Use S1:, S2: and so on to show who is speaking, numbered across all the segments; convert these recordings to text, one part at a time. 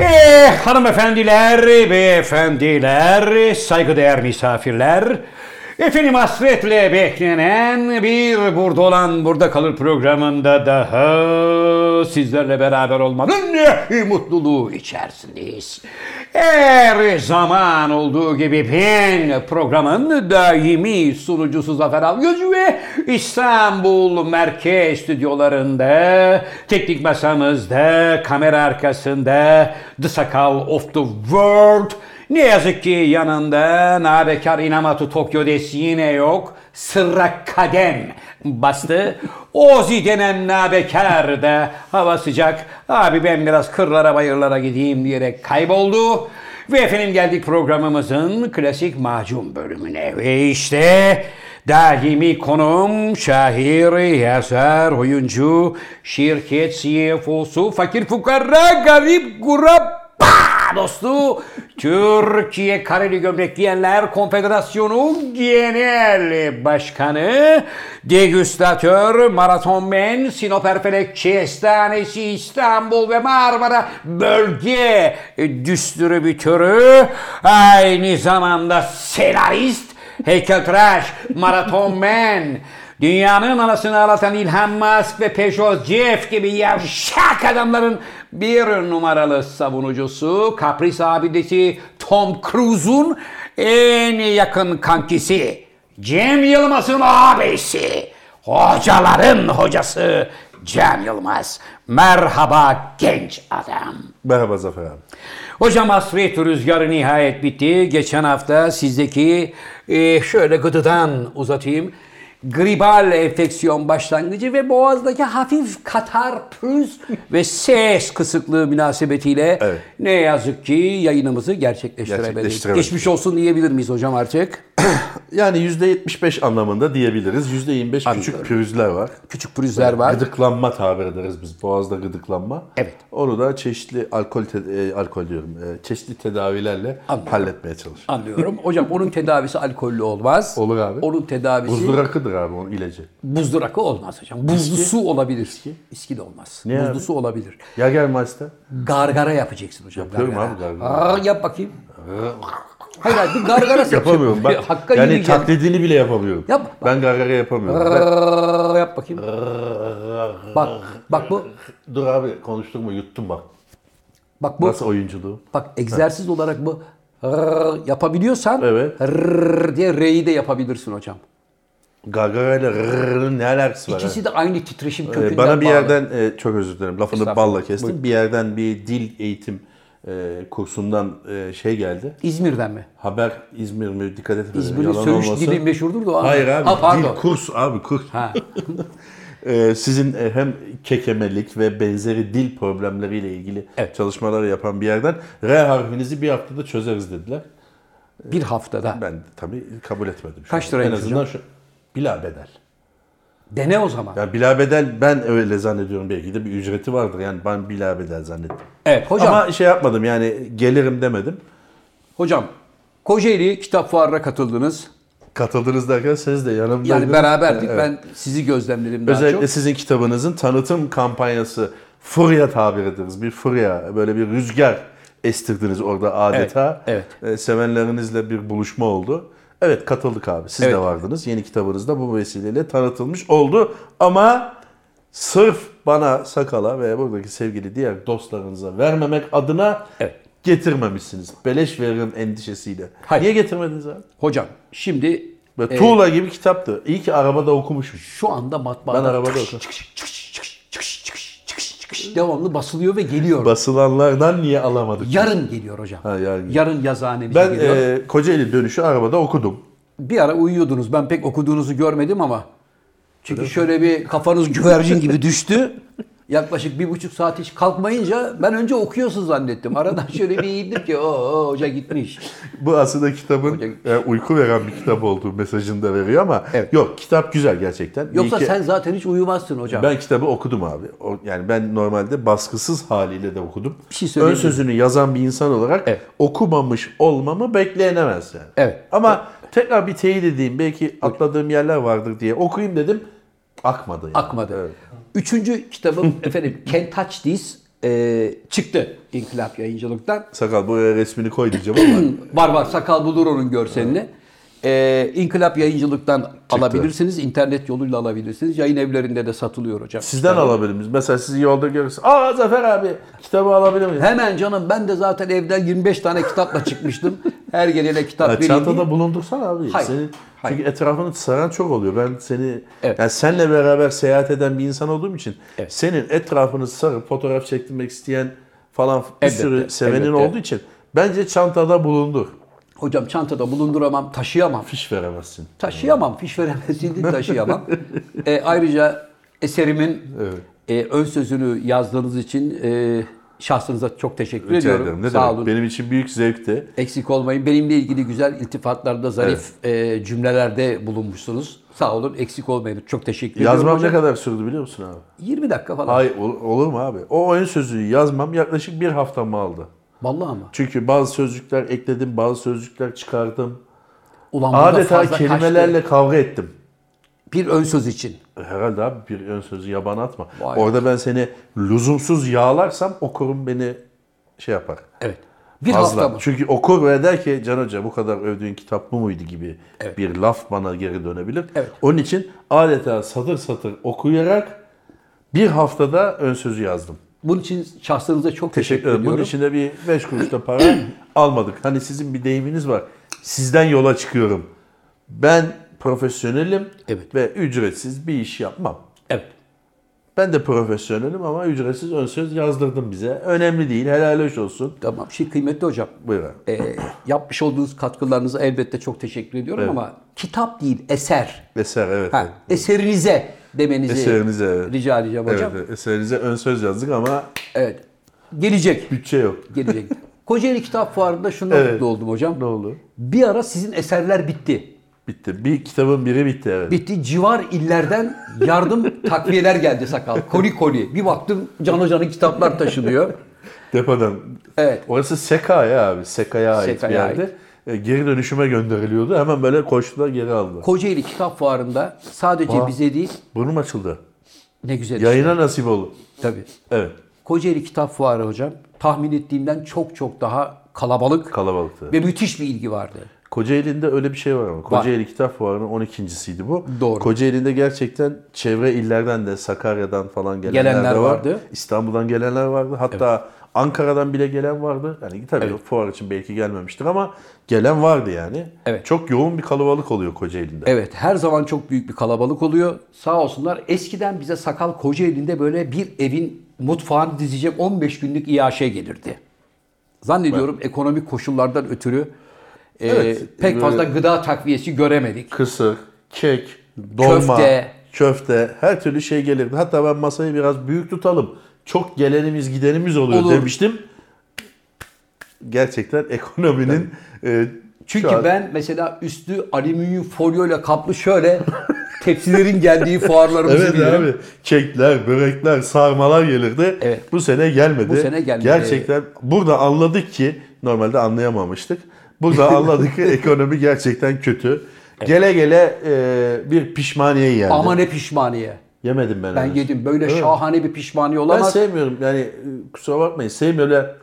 S1: Eh, hanımefendiler, beyefendiler, saygıdeğer misafirler. Efendim hasretle beklenen bir burada olan burada kalır programında daha sizlerle beraber olmanın e, mutluluğu içerisindeyiz. Her zaman olduğu gibi ben programın daimi sunucusu Zafer Algöz ve İstanbul Merkez Stüdyolarında, Ee, teknik masamızda, kamera arkasında The Sakal of the World ne yazık ki yanında nabekar Inamatu Tokyo desi yine yok. Sırra kadem bastı. Ozi denen nabekar da hava sıcak. Abi ben biraz kırlara bayırlara gideyim diyerek kayboldu. Ve efendim geldik programımızın klasik macun bölümüne. Ve işte daimi konum şair, yazar, oyuncu, şirket CFO'su, fakir fukara, garip gurap dostu Türkiye Kareli Gömlek Giyenler Konfederasyonu Genel Başkanı Degüstatör Maratonmen Sinop Erfelek Kestanesi İstanbul ve Marmara Bölge Distribütörü aynı zamanda senarist Heykeltıraş Maratonmen Dünyanın anasını ağlatan Elon Musk ve Peugeot Jeff gibi yavşak adamların bir numaralı savunucusu, kapris abidesi Tom Cruise'un en yakın kankisi, Cem Yılmaz'ın abisi, hocaların hocası Cem Yılmaz. Merhaba genç adam.
S2: Merhaba Zafer abi.
S1: Hocam hasret rüzgarı nihayet bitti. Geçen hafta sizdeki e, şöyle gıdıdan uzatayım. Gribal enfeksiyon başlangıcı ve boğazdaki hafif katar, pürüz ve ses kısıklığı münasebetiyle
S2: Evet.
S1: ne yazık ki yayınımızı gerçekleştiremedik.
S2: Gerçekleştiremedik.
S1: Geçmiş olsun diyebilir miyiz hocam artık?
S2: Yani %75 anlamında diyebiliriz. %25 küçük pürüzler var.
S1: Küçük pürüzler var.
S2: Gıdıklanma tabir ederiz biz. Boğazda gıdıklanma.
S1: Evet.
S2: Onu da çeşitli alkol, te- e, alkol diyorum. e, çeşitli tedavilerle halletmeye çalışır.
S1: Anlıyorum. Hocam onun tedavisi alkollü olmaz.
S2: Olur abi.
S1: Onun tedavisi
S2: Buzlu rakıdır abi onun ilacı.
S1: buzlu rakı olmaz hocam. Buzlu su olabilir. İski. de olmaz. buzlu
S2: abi?
S1: su olabilir.
S2: Ya gelmezse?
S1: Gargara yapacaksın hocam.
S2: Yapıyorum abi gargara.
S1: Aa, yap bakayım. hayır hayır bir gargara yap.
S2: Yapamıyorum.
S1: Bir
S2: Ben,
S1: Hakka
S2: yani
S1: yürüyeceğim.
S2: taklidini bile yapamıyorum.
S1: Yap.
S2: Ben gargara yapamıyorum. Ben-
S1: Aa, yap bakayım. bak bak bu
S2: Dur abi konuşturma yuttum bak.
S1: bak bu
S2: Nasıl oyunculuğu?
S1: bak egzersiz olarak bu rrr yapabiliyorsan
S2: Evet.
S1: rrr diye re'yi de yapabilirsin hocam.
S2: Gargara ile rrrr'ın ne alakası var? ha?
S1: İkisi de aynı titreşim
S2: Ee,
S1: kökünden
S2: Bana bir
S1: bağlı.
S2: yerden e, çok özür dilerim lafını
S1: Estağfurullah.
S2: balla kestim. Bir yerden bir dil eğitim e, kursundan e, şey geldi.
S1: İzmir'den mi?
S2: Haber İzmir mi dikkat etmedim.
S1: İzmir'in
S2: Ee, yalan
S1: söğüş
S2: olmasın.
S1: dili meşhurdur da o
S2: Hayır
S1: anlamda.
S2: abi
S1: Ha, pardon.
S2: dil kurs abi kurs.
S1: Ha.
S2: E, sizin e, hem kekemelik ve benzeri dil problemleriyle ilgili
S1: Evet.
S2: çalışmalar yapan bir yerden R harfinizi bir haftada çözeriz dediler.
S1: Bir haftada.
S2: Ben de tabii kabul etmedim. şu
S1: Kaç
S2: anda. En
S1: liraymış
S2: azından şu bila bedel.
S1: Dene o zaman.
S2: Ya bila bedel ben öyle zannediyorum belki de bir ücreti vardır. Yani ben bila bedel zannettim.
S1: Evet hocam.
S2: Ama şey yapmadım yani gelirim demedim.
S1: Hocam Kocaeli Kitap Fuarı'na katıldınız.
S2: Katıldınız derken siz de yanımdaydınız.
S1: Yani beraberdik.
S2: Evet.
S1: Ben sizi gözlemledim daha
S2: Özellikle
S1: çok.
S2: sizin kitabınızın tanıtım kampanyası furya tabir ederiz. Bir furya böyle bir rüzgar estirdiniz orada adeta.
S1: Evet,
S2: E, Sevenlerinizle bir buluşma oldu. Evet katıldık abi siz
S1: Evet.
S2: de vardınız. Yeni kitabınız da bu vesileyle tanıtılmış oldu. Ama sırf bana sakala ve buradaki sevgili diğer dostlarınıza vermemek adına
S1: Evet.
S2: getirmemişsiniz. Beleş veririm endişesiyle.
S1: Hayır.
S2: Niye getirmediniz abi?
S1: Hocam şimdi
S2: Ve tuğla gibi kitaptı. İyi ki arabada okumuşum.
S1: şu anda matbaada
S2: Ben arabada
S1: çıkış,
S2: okudum.
S1: çıkış, çıkış, çıkış, çıkış, çıkış, çıkış, çıkış, devamlı basılıyor ve geliyor.
S2: Basılanlardan niye alamadık?
S1: yarın geliyor hocam.
S2: Ha, yarın geliyor.
S1: yarın yazıhanemize
S2: Ben
S1: geliyor.
S2: e, Kocaeli dönüşü arabada okudum.
S1: Bir ara uyuyordunuz. Ben pek okuduğunuzu görmedim ama. Çünkü şöyle bir kafanız güvercin gibi düştü. Yaklaşık bir buçuk saat hiç kalkmayınca ben önce okuyorsun zannettim. Aradan şöyle bir indim ki o hoca gitmiş.
S2: Bu aslında kitabın e, uyku veren bir kitap olduğu mesajını da veriyor ama
S1: Evet.
S2: yok kitap güzel gerçekten. İyi
S1: Yoksa
S2: ki-
S1: sen zaten hiç uyumazsın hocam.
S2: Ben kitabı okudum abi. O- Yani ben normalde baskısız haliyle de okudum.
S1: Bir şey söyleyeyim
S2: Ön
S1: mi?
S2: sözünü yazan bir insan olarak
S1: Evet.
S2: okumamış olmamı beklenemez yani.
S1: Evet.
S2: Ama tekrar bir teyit edeyim. Belki atladığım yerler vardır diye okuyayım dedim. Akmadı yani.
S1: Akmadı.
S2: Evet.
S1: Üçüncü kitabım efendim Kentaç Diz e, çıktı İnkılap Yayıncılık'tan.
S2: Sakal buraya resmini koy diyeceğim ama
S1: Var var sakal bulur onun görselini. Ee, İnkılap Yayıncılık'tan alabilirsiniz. internet yoluyla alabilirsiniz. Yayın evlerinde de satılıyor hocam.
S2: sizden alabilir miyiz? Mesela sizi yolda görürsün. Aa Zafer abi kitabı alabilir miyiz?
S1: Hemen canım ben de zaten evden 25 tane kitapla çıkmıştım. Her gelene kitap
S2: Ya
S1: vereyim diye.
S2: çantada bulundursan abi.
S1: Hayır,
S2: Senin,
S1: hayır.
S2: Çünkü etrafını saran çok oluyor. Ben seni,
S1: Evet.
S2: yani senle beraber seyahat eden bir insan olduğum için
S1: Evet.
S2: senin etrafını sarıp fotoğraf çektirmek isteyen falan bir
S1: Elbette,
S2: sürü sevenin
S1: elbette.
S2: olduğu için bence çantada bulundur.
S1: Hocam çantada bulunduramam, taşıyamam.
S2: Fiş veremezsin.
S1: Taşıyamam, fiş veremezliğini taşıyamam. E, ayrıca eserimin e, ön sözünü yazdığınız için e, şahsınıza çok teşekkür
S2: Rica
S1: ediyorum.
S2: ederim. Ne
S1: Sağ
S2: demek?
S1: olun.
S2: Benim için büyük zevkti.
S1: Eksik olmayın. Benimle ilgili güzel iltifatlarda, zarif e, cümlelerde bulunmuşsunuz. Sağ olun. Eksik olmayın. Çok teşekkür ediyorum.
S2: Yazmam ne
S1: hocam.
S2: kadar sürdü biliyor musun abi?
S1: 20 dakika falan.
S2: Hayır ol- olur mu abi? O ön sözü yazmam yaklaşık bir haftamı aldı.
S1: Vallahi ama.
S2: Çünkü bazı sözcükler ekledim, bazı sözcükler çıkardım.
S1: Ulan bu da
S2: Adeta
S1: fazla
S2: kelimelerle
S1: kaçtı.
S2: kavga ettim.
S1: Bir ön söz için.
S2: Herhalde abi bir ön sözü yabana atma.
S1: Vay.
S2: Orada ben seni lüzumsuz yağlarsam okurum beni şey yapar.
S1: Evet. Bir
S2: Fazla.
S1: hafta mı?
S2: Çünkü okur ve der ki Can Hoca bu kadar övdüğün kitap bu muydu gibi bir laf bana geri dönebilir.
S1: Evet.
S2: Onun için adeta satır satır okuyarak bir haftada ön sözü yazdım.
S1: Bunun için şahsınıza çok teşekkür,
S2: Teşekkür ederim.
S1: ediyorum.
S2: Ee, Bunun için de bir 5 kuruş da para almadık. Hani sizin bir deyiminiz var. Sizden yola çıkıyorum. Ben profesyonelim
S1: Evet.
S2: ve ücretsiz bir iş yapmam.
S1: Evet.
S2: Ben de profesyonelim ama ücretsiz ön söz yazdırdım bize. Önemli değil, helal hoş olsun.
S1: Tamam. Şimdi kıymetli hocam.
S2: Buyur abi.
S1: e, yapmış olduğunuz katkılarınıza elbette çok teşekkür ediyorum ama kitap değil eser.
S2: Eser evet.
S1: Ha, eserinize demenizi
S2: Eserinize, evet.
S1: rica edeceğim
S2: Evet,
S1: hocam.
S2: evet, eserinize ön söz yazdık ama
S1: Evet. Gelecek.
S2: bütçe yok.
S1: Gelecek. Kocaeli Kitap Fuarı'nda şunu
S2: Evet.
S1: mutlu oldum hocam.
S2: Ne olur?
S1: Bir ara sizin eserler bitti.
S2: Bitti. Bir kitabın biri bitti evet.
S1: Bitti. Civar illerden yardım takviyeler geldi sakal. Koli koli. Bir baktım Can Hoca'nın kitaplar taşınıyor.
S2: Depodan.
S1: Evet.
S2: Orası Seka ya abi. Seka'ya ait
S1: Seka'ya
S2: bir yerde. E, Geri dönüşüme gönderiliyordu. Hemen böyle koştular geri aldılar.
S1: Kocaeli Kitap Fuarı'nda sadece
S2: Vah.
S1: bize değil
S2: Burnum açıldı.
S1: ne güzel. işte.
S2: Yayına nasip oldu.
S1: Tabii.
S2: Evet.
S1: Kocaeli Kitap Fuarı hocam tahmin ettiğimden çok çok daha kalabalık
S2: Kalabalıktı.
S1: ve müthiş bir ilgi vardı.
S2: Kocaeli'nde öyle bir şey var ama. Kocaeli Kitap Fuarı'nın 12.siydi bu.
S1: Doğru.
S2: Kocaeli'nde gerçekten çevre illerden de Sakarya'dan falan gelenler,
S1: Gelenler
S2: de var.
S1: vardı.
S2: İstanbul'dan gelenler vardı. Hatta Ankara'dan bile gelen vardı. Yani tabii fuar için belki gelmemiştir ama gelen vardı yani.
S1: Evet.
S2: Çok yoğun bir kalabalık oluyor Kocaeli'nde.
S1: Evet her zaman çok büyük bir kalabalık oluyor. Sağ olsunlar eskiden bize sakal Kocaeli'nde böyle bir evin mutfağını dizecek 15 günlük iaşe gelirdi. Zannediyorum ekonomik koşullardan ötürü e,
S2: Evet,
S1: pek
S2: böyle-
S1: fazla gıda takviyesi göremedik.
S2: Kısır, kek, dolma,
S1: Köfte.
S2: köfte. her türlü şey gelirdi. Hatta ben masayı biraz büyük tutalım. Çok gelenimiz gidenimiz oluyor
S1: Olur.
S2: demiştim. Gerçekten ekonominin e,
S1: Çünkü
S2: şu an-
S1: ben mesela üstü alüminyum folyoyla kaplı şöyle tepsilerin geldiği fuarlarımızı
S2: Evet
S1: bilirim.
S2: abi. Kekler, börekler, sarmalar gelirdi.
S1: Evet.
S2: Bu sene gelmedi.
S1: Bu sene gelmedi.
S2: Gerçekten burada anladık ki normalde anlayamamıştık. Burada anladık ki ekonomi gerçekten kötü. Gele gele e, bir pişmaniye geldi.
S1: Ama ne pişmaniye.
S2: Yemedim ben.
S1: Ben
S2: henüz.
S1: yedim. Böyle
S2: Evet.
S1: şahane bir pişmaniye
S2: Ben
S1: olamaz.
S2: sevmiyorum yani e, kusura bakmayın. Sevmiyorum öyle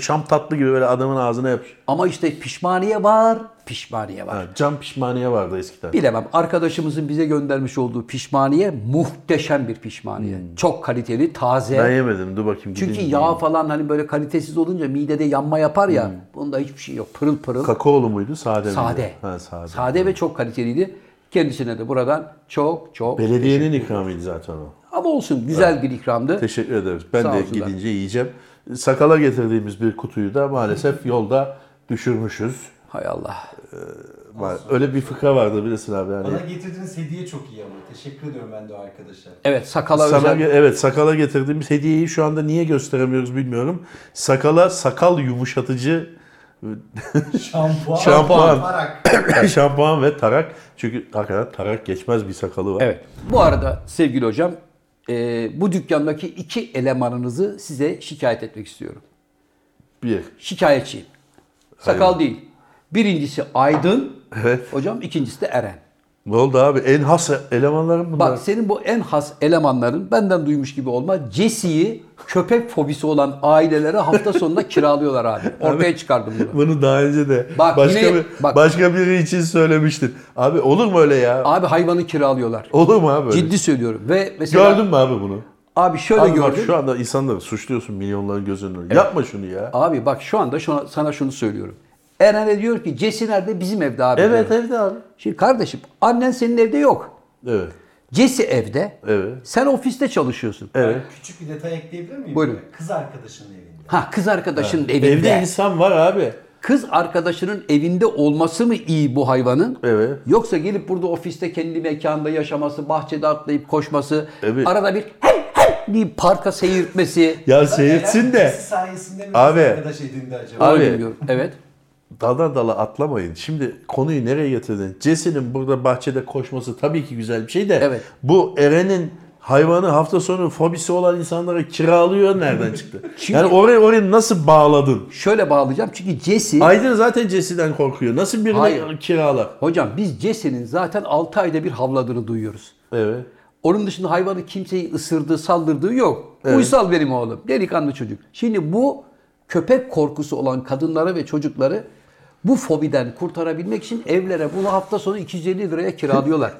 S2: şam tatlı gibi böyle adamın ağzına yapış.
S1: Ama işte pişmaniye var, pişmaniye var.
S2: Ha, cam pişmaniye vardı eskiden.
S1: Bilemem. Arkadaşımızın bize göndermiş olduğu pişmaniye muhteşem bir pişmaniye. Çok kaliteli, taze.
S2: Hmm. Ben yemedim. Dur bakayım.
S1: Çünkü
S2: gideyim.
S1: yağ falan hani böyle kalitesiz olunca midede yanma yapar ya.
S2: Hmm.
S1: Bunda hiçbir şey yok. Pırıl pırıl.
S2: Kakaolu muydu? Sade, miydi?
S1: sade.
S2: Ha, sade.
S1: ve çok kaliteliydi. Kendisine de buradan çok çok.
S2: Belediyenin ikramıydı zaten o.
S1: Ama olsun güzel bir ikramdı.
S2: Teşekkür ederiz. Ben
S1: Sağ
S2: de
S1: olsunlar.
S2: gidince yiyeceğim. Sakala getirdiğimiz bir kutuyu da maalesef yolda düşürmüşüz.
S1: Hay Allah.
S2: Ma- Öyle bir fıkra vardı bilirsin abi. Yani
S3: Bana getirdiğiniz hediye çok iyi ama. Teşekkür ediyorum ben de o arkadaşa.
S1: Evet sakala
S2: sana
S1: özel.
S2: ge- evet sakala getirdiğimiz hediyeyi şu anda niye gösteremiyoruz bilmiyorum. Sakala sakal yumuşatıcı
S3: Şampuan.
S2: Şampuan.
S3: Parak.
S2: şampuan ve tarak. Çünkü hakikaten tarak geçmez bir sakalı var.
S1: Evet. Bu arada sevgili hocam, e, bu dükkandaki iki elemanınızı size şikayet etmek istiyorum.
S2: Bir.
S1: Şikayetçiyim. Sakal değil. Birincisi Aydın
S2: Evet.
S1: hocam, ikincisi de Eren.
S2: Ne oldu abi? En has elemanların bunlar.
S1: Bak senin bu en has elemanların benden duymuş gibi olma. Jesse'yi köpek fobisi olan ailelere hafta sonunda kiralıyorlar abi. Ortaya çıkardım bunu.
S2: Bunu daha önce de
S1: Bak
S2: başka
S1: yine-
S2: bir,
S1: bak.
S2: başka biri için söylemiştin. Abi olur mu öyle ya?
S1: Abi hayvanı kiralıyorlar.
S2: Olur mu abi? öyle?
S1: Ciddi söylüyorum. Ve mesela
S2: Gördün mü abi bunu?
S1: abi şöyle
S2: Abi bak
S1: gördüm.
S2: şu anda insanları suçluyorsun milyonların gözünün önünde. Yapma şunu ya.
S1: Abi bak şu anda şuna- sana şunu söylüyorum. Eren'e diyor ki Jesse nerede? Bizim evde abi.
S2: Evet
S1: diyor.
S2: evde abi.
S1: Şimdi kardeşim annen senin evde yok.
S2: Evet.
S1: Jesse evde.
S2: Evet.
S1: Sen ofiste çalışıyorsun.
S2: Evet.
S3: Küçük bir detay ekleyebilir miyim?
S1: Buyurun.
S3: Kız arkadaşının evinde.
S1: Ha kız arkadaşının evinde.
S2: Evde insan var abi.
S1: Kız arkadaşının evinde olması mı iyi bu hayvanın?
S2: Evet.
S1: Yoksa gelip burada ofiste kendi mekanda yaşaması, bahçede atlayıp koşması,
S2: Evet.
S1: arada bir hem hem deyip parka seyirtmesi.
S2: Ya seyirtsin de.
S3: Kız sayesinde mi
S2: Abi.
S3: kız arkadaş edindi acaba?
S2: Abi.
S1: Öyle diyorum. Evet.
S2: Daldan dala atlamayın. Şimdi konuyu nereye getirdin? Jesse'nin burada bahçede koşması tabii ki güzel bir şey de
S1: Evet.
S2: bu Eren'in hayvanı hafta sonu fobisi olan insanlara kiralıyor nereden çıktı?
S1: Şimdi-
S2: yani orayı orayı nasıl bağladın?
S1: Şöyle bağlayacağım çünkü Jesse...
S2: Aydın zaten Jesse'den korkuyor. Nasıl birini
S1: Hayır.
S2: kiralar?
S1: Hocam biz Jesse'nin zaten 6 ayda bir havladığını duyuyoruz.
S2: Evet.
S1: Onun dışında hayvanı kimseyi ısırdığı, saldırdığı yok.
S2: Evet.
S1: Uysal benim oğlum. Delikanlı çocuk. Şimdi bu köpek korkusu olan kadınlara ve çocukları bu fobiden kurtarabilmek için evlere bunu hafta sonu 250 liraya kiralıyorlar.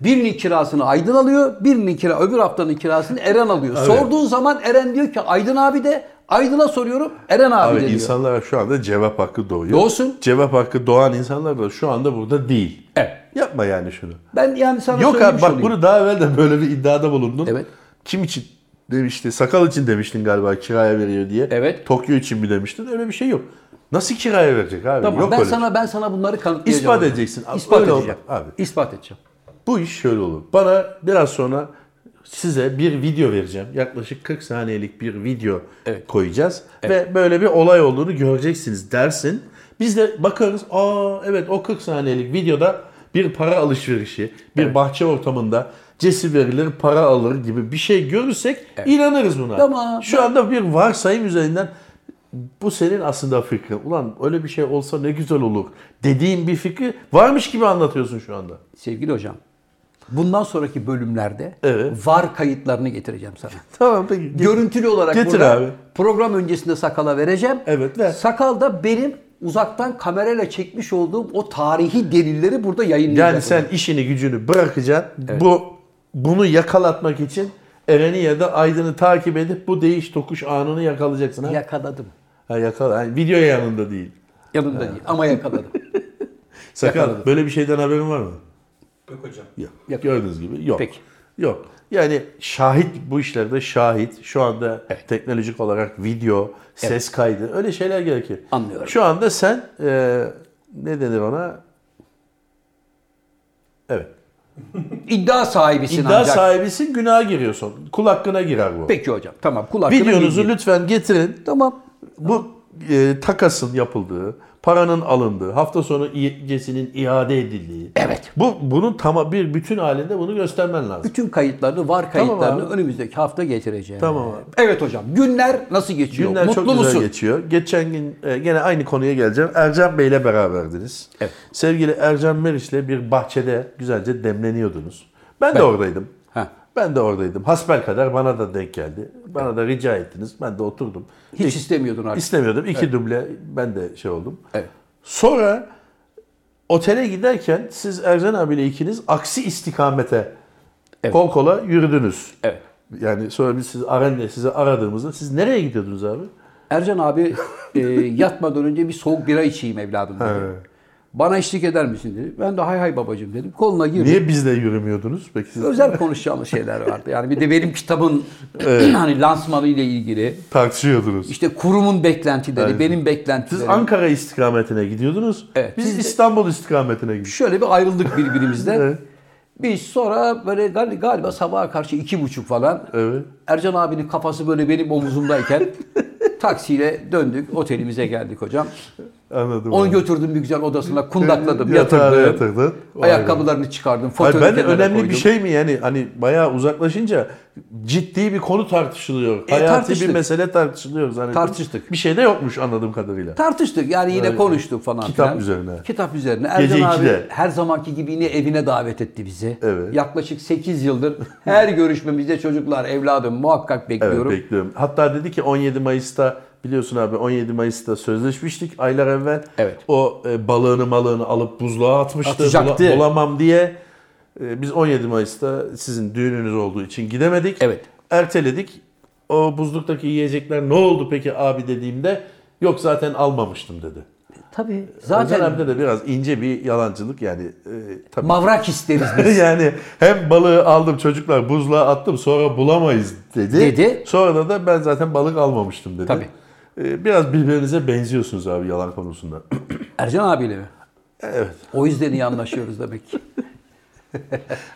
S1: birinin kirasını Aydın alıyor, birinin kira öbür haftanın kirasını Eren alıyor. Sorduğun zaman Eren diyor ki Aydın abi de Aydın'a soruyorum Eren abi,
S2: Abi
S1: de diyor.
S2: insanlara şu anda cevap hakkı doğuyor.
S1: Doğsun.
S2: Cevap hakkı doğan insanlar da şu anda burada değil.
S1: Evet.
S2: Yapma yani şunu.
S1: Ben yani sana
S2: E. Yok abi
S1: söylemiş
S2: bak
S1: olayım.
S2: bunu daha evvel de böyle bir iddiada bulundun.
S1: Evet.
S2: Kim için demişti? Sakal için demiştin galiba kiraya veriyor diye.
S1: Evet.
S2: Tokyo için mi demiştin? Öyle bir şey yok. Nasıl kiraya verecek abi?
S1: Tamam
S2: yok
S1: ben
S2: öyle
S1: sana
S2: şey.
S1: ben sana bunları kanıtlayacağım.
S2: İspat
S1: hocam.
S2: edeceksin. Abi,
S1: İspat
S2: öyle
S1: edeceğim.
S2: olmaz abi.
S1: İspat edeceğim.
S2: Bu iş şöyle olur. Bana biraz sonra size bir video vereceğim. Yaklaşık 40 saniyelik bir video
S1: Evet.
S2: koyacağız. Ve böyle bir olay olduğunu göreceksiniz dersin. Biz de bakarız. Aa evet o 40 saniyelik videoda bir para alışverişi, bir bahçe ortamında cesi verilir, para alır gibi bir şey görürsek inanırız buna.
S1: Tamam.
S2: Şu anda bir varsayım üzerinden bu senin aslında fikrin. Ulan öyle bir şey olsa ne güzel olur dediğin bir fikri varmış gibi anlatıyorsun şu anda.
S1: Sevgili hocam, bundan sonraki bölümlerde
S2: Evet.
S1: var kayıtlarını getireceğim sana.
S2: Tamam peki.
S1: Görüntülü olarak
S2: Getir
S1: burada
S2: abi.
S1: program öncesinde sakala vereceğim.
S2: Evet, ver.
S1: Sakal da benim uzaktan kamerayla çekmiş olduğum o tarihi delilleri burada yayınlayacak.
S2: Yani sen işini gücünü bırakacaksın. Bu bunu yakalatmak için Eren'i ya da Aydın'ı takip edip bu değiş tokuş anını yakalayacaksın. Ha,
S1: yakaladım.
S2: ha yakala. Yani video yanında değil.
S1: Yanımda değil ama yakaladım.
S2: Sakal
S1: Yakaladım.
S2: böyle bir şeyden haberin var mı?
S3: Yok hocam.
S2: Yok.
S1: Yok.
S2: Gördüğünüz gibi yok.
S1: Peki.
S2: Yok. Yani şahit bu işlerde şahit. Şu anda teknolojik olarak video, ses kaydı öyle şeyler gerekir.
S1: Anlıyorum.
S2: Şu anda sen e, ne denir ona? Evet.
S1: İddia sahibisin
S2: İddia
S1: ancak.
S2: sahibisin günaha giriyorsun. Kul hakkına girer bu.
S1: Peki hocam tamam kul hakkını
S2: Videonuzu
S1: bildiğin.
S2: lütfen getirin.
S1: Tamam.
S2: Bu e, takasın yapıldığı, paranın alındığı, hafta sonu iyecesinin iade edildiği.
S1: Evet.
S2: Bu bunun tamam bir bütün halinde bunu göstermen lazım.
S1: Bütün kayıtlarını, var kayıtlarını
S2: abi.
S1: önümüzdeki hafta getireceğim.
S2: Tamam abi.
S1: Evet hocam. Günler nasıl geçiyor?
S2: Günler
S1: Mutlu
S2: çok güzel
S1: musun?
S2: geçiyor. Geçen gün e, gene aynı konuya geleceğim. Ercan Bey'le beraberdiniz.
S1: Evet.
S2: Sevgili Ercan Meriç'le bir bahçede güzelce demleniyordunuz. Ben, de oradaydım.
S1: Ha.
S2: Ben de oradaydım. Hasbel kadar bana da denk geldi. Bana da rica ettiniz. Ben de oturdum.
S1: Hiç
S2: İlk-
S1: istemiyordun artık.
S2: İstemiyordum. İki duble ben de şey oldum.
S1: Evet.
S2: Sonra otele giderken siz Ercan abiyle ikiniz aksi istikamete
S1: Evet.
S2: kol kola yürüdünüz.
S1: Evet.
S2: Yani sonra biz siz Aren'le sizi aradığımızda siz nereye gidiyordunuz abi?
S1: Ercan abi e, yatmadan önce bir soğuk bira içeyim evladım dedi. Bana eşlik eder misin dedi. Ben de hay hay babacığım dedim. Koluna girdim.
S2: Niye bizle yürümüyordunuz? Peki siz
S1: Özel konuşacağımız şeyler vardı. Yani bir de benim kitabın hani lansmanı ile ilgili
S2: tartışıyordunuz.
S1: işte kurumun beklentileri, benim beklentilerim.
S2: Siz Ankara istikametine gidiyordunuz.
S1: Evet,
S2: Biz
S1: siz de-
S2: İstanbul istikametine gidiyorduk.
S1: Şöyle bir ayrıldık birbirimizden.
S2: Evet.
S1: Biz sonra böyle gal- galiba sabaha karşı iki buçuk falan
S2: Evet.
S1: Ercan abinin kafası böyle benim omuzumdayken taksiyle döndük otelimize geldik hocam.
S2: Anladım.
S1: Onu
S2: abi.
S1: götürdüm bir güzel odasına kundakladım,
S2: Yatağa
S1: yatırdım.
S2: yatırdın. Vay be.
S1: Ayakkabılarını çıkardım,
S2: Hayır,
S1: fotoğrafı
S2: ben de
S1: kenara
S2: önemli
S1: koydum.
S2: bir şey mi yani hani bayağı uzaklaşınca ciddi bir konu tartışılıyor. Hayati bir
S1: E, tartıştık.
S2: mesele tartışılıyor zannettim.
S1: Tartıştık.
S2: Bir şey de yokmuş anladığım kadarıyla.
S1: Tartıştık yani yine
S2: Öyle.
S1: konuştuk falan
S2: Kitap
S1: filan.
S2: üzerine.
S1: Kitap üzerine.
S2: Gece
S1: Ercan abi
S2: ikide.
S1: her zamanki gibi yine evine davet etti bizi.
S2: Evet.
S1: Yaklaşık 8 yıldır her görüşmemizde çocuklar evladım muhakkak
S2: Evet
S1: bekliyorum.
S2: bekliyorum. Hatta dedi ki 17 Mayıs'ta biliyorsun abi 17 Mayıs'ta sözleşmiştik aylar evvel.
S1: Evet.
S2: O e, balığını malığını alıp buzluğa atmıştı.
S1: Atacaktı.
S2: Bula- bulamam diye. E, biz 17 Mayıs'ta sizin düğününüz olduğu için gidemedik.
S1: Evet.
S2: Erteledik. O buzluktaki yiyecekler ne oldu peki abi dediğimde yok zaten almamıştım dedi.
S1: Tabii.
S2: Zaten
S1: Zaten
S2: de biraz ince bir yalancılık yani. E, tabii.
S1: mavrak isteriz biz.
S2: yani hem balığı aldım çocuklar buzluğa attım sonra bulamayız dedi.
S1: Dedi.
S2: Sonra da, da ben zaten balık almamıştım dedi.
S1: Tabii.
S2: Ee, Biraz birbirinize benziyorsunuz abi yalan konusunda.
S1: Ercan abiyle mi?
S2: evet.
S1: O yüzden iyi anlaşıyoruz demek ki.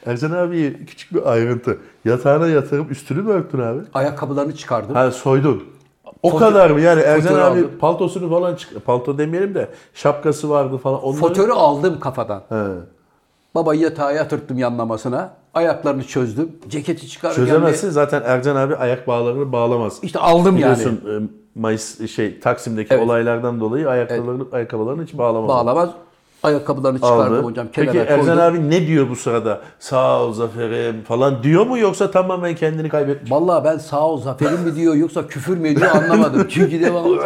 S2: Ercan abi küçük bir ayrıntı. Yatağına yatırıp üstünü mü örttün abi?
S1: Ayakkabılarını çıkardım.
S2: Ha soydun. O
S1: Foto-
S2: kadar mı? Yani Ercan
S1: fotoğrafı
S2: abi
S1: aldım.
S2: paltosunu falan çık palto demeyelim de şapkası vardı falan. Onları...
S1: Fotörü aldım kafadan.
S2: He.
S1: Babayı yatağa yatırttım yanlamasına. Ayaklarını çözdüm. Ceketi çıkarırken
S2: Çözemezsin zaten Ercan abi ayak bağlarını bağlamaz.
S1: bir- İşte aldım yani.
S2: Biliyorsun e, Mayıs şey Taksim'deki
S1: Evet.
S2: olaylardan dolayı ayaklarını ayakkabılarını hiç bağlamaz.
S1: Bağlamaz. Ayakkabılarını
S2: Aldı.
S1: çıkardım hocam. Kenara
S2: Peki Erzen
S1: koydum.
S2: abi ne diyor bu sırada? Sağ ol Zafer'im falan diyor mu yoksa tamamen kendini kaybetmiş?
S1: Vallahi ben sağ ol zaferim mi diyor yoksa küfür mü ediyor anlamadım. Çünkü devamlı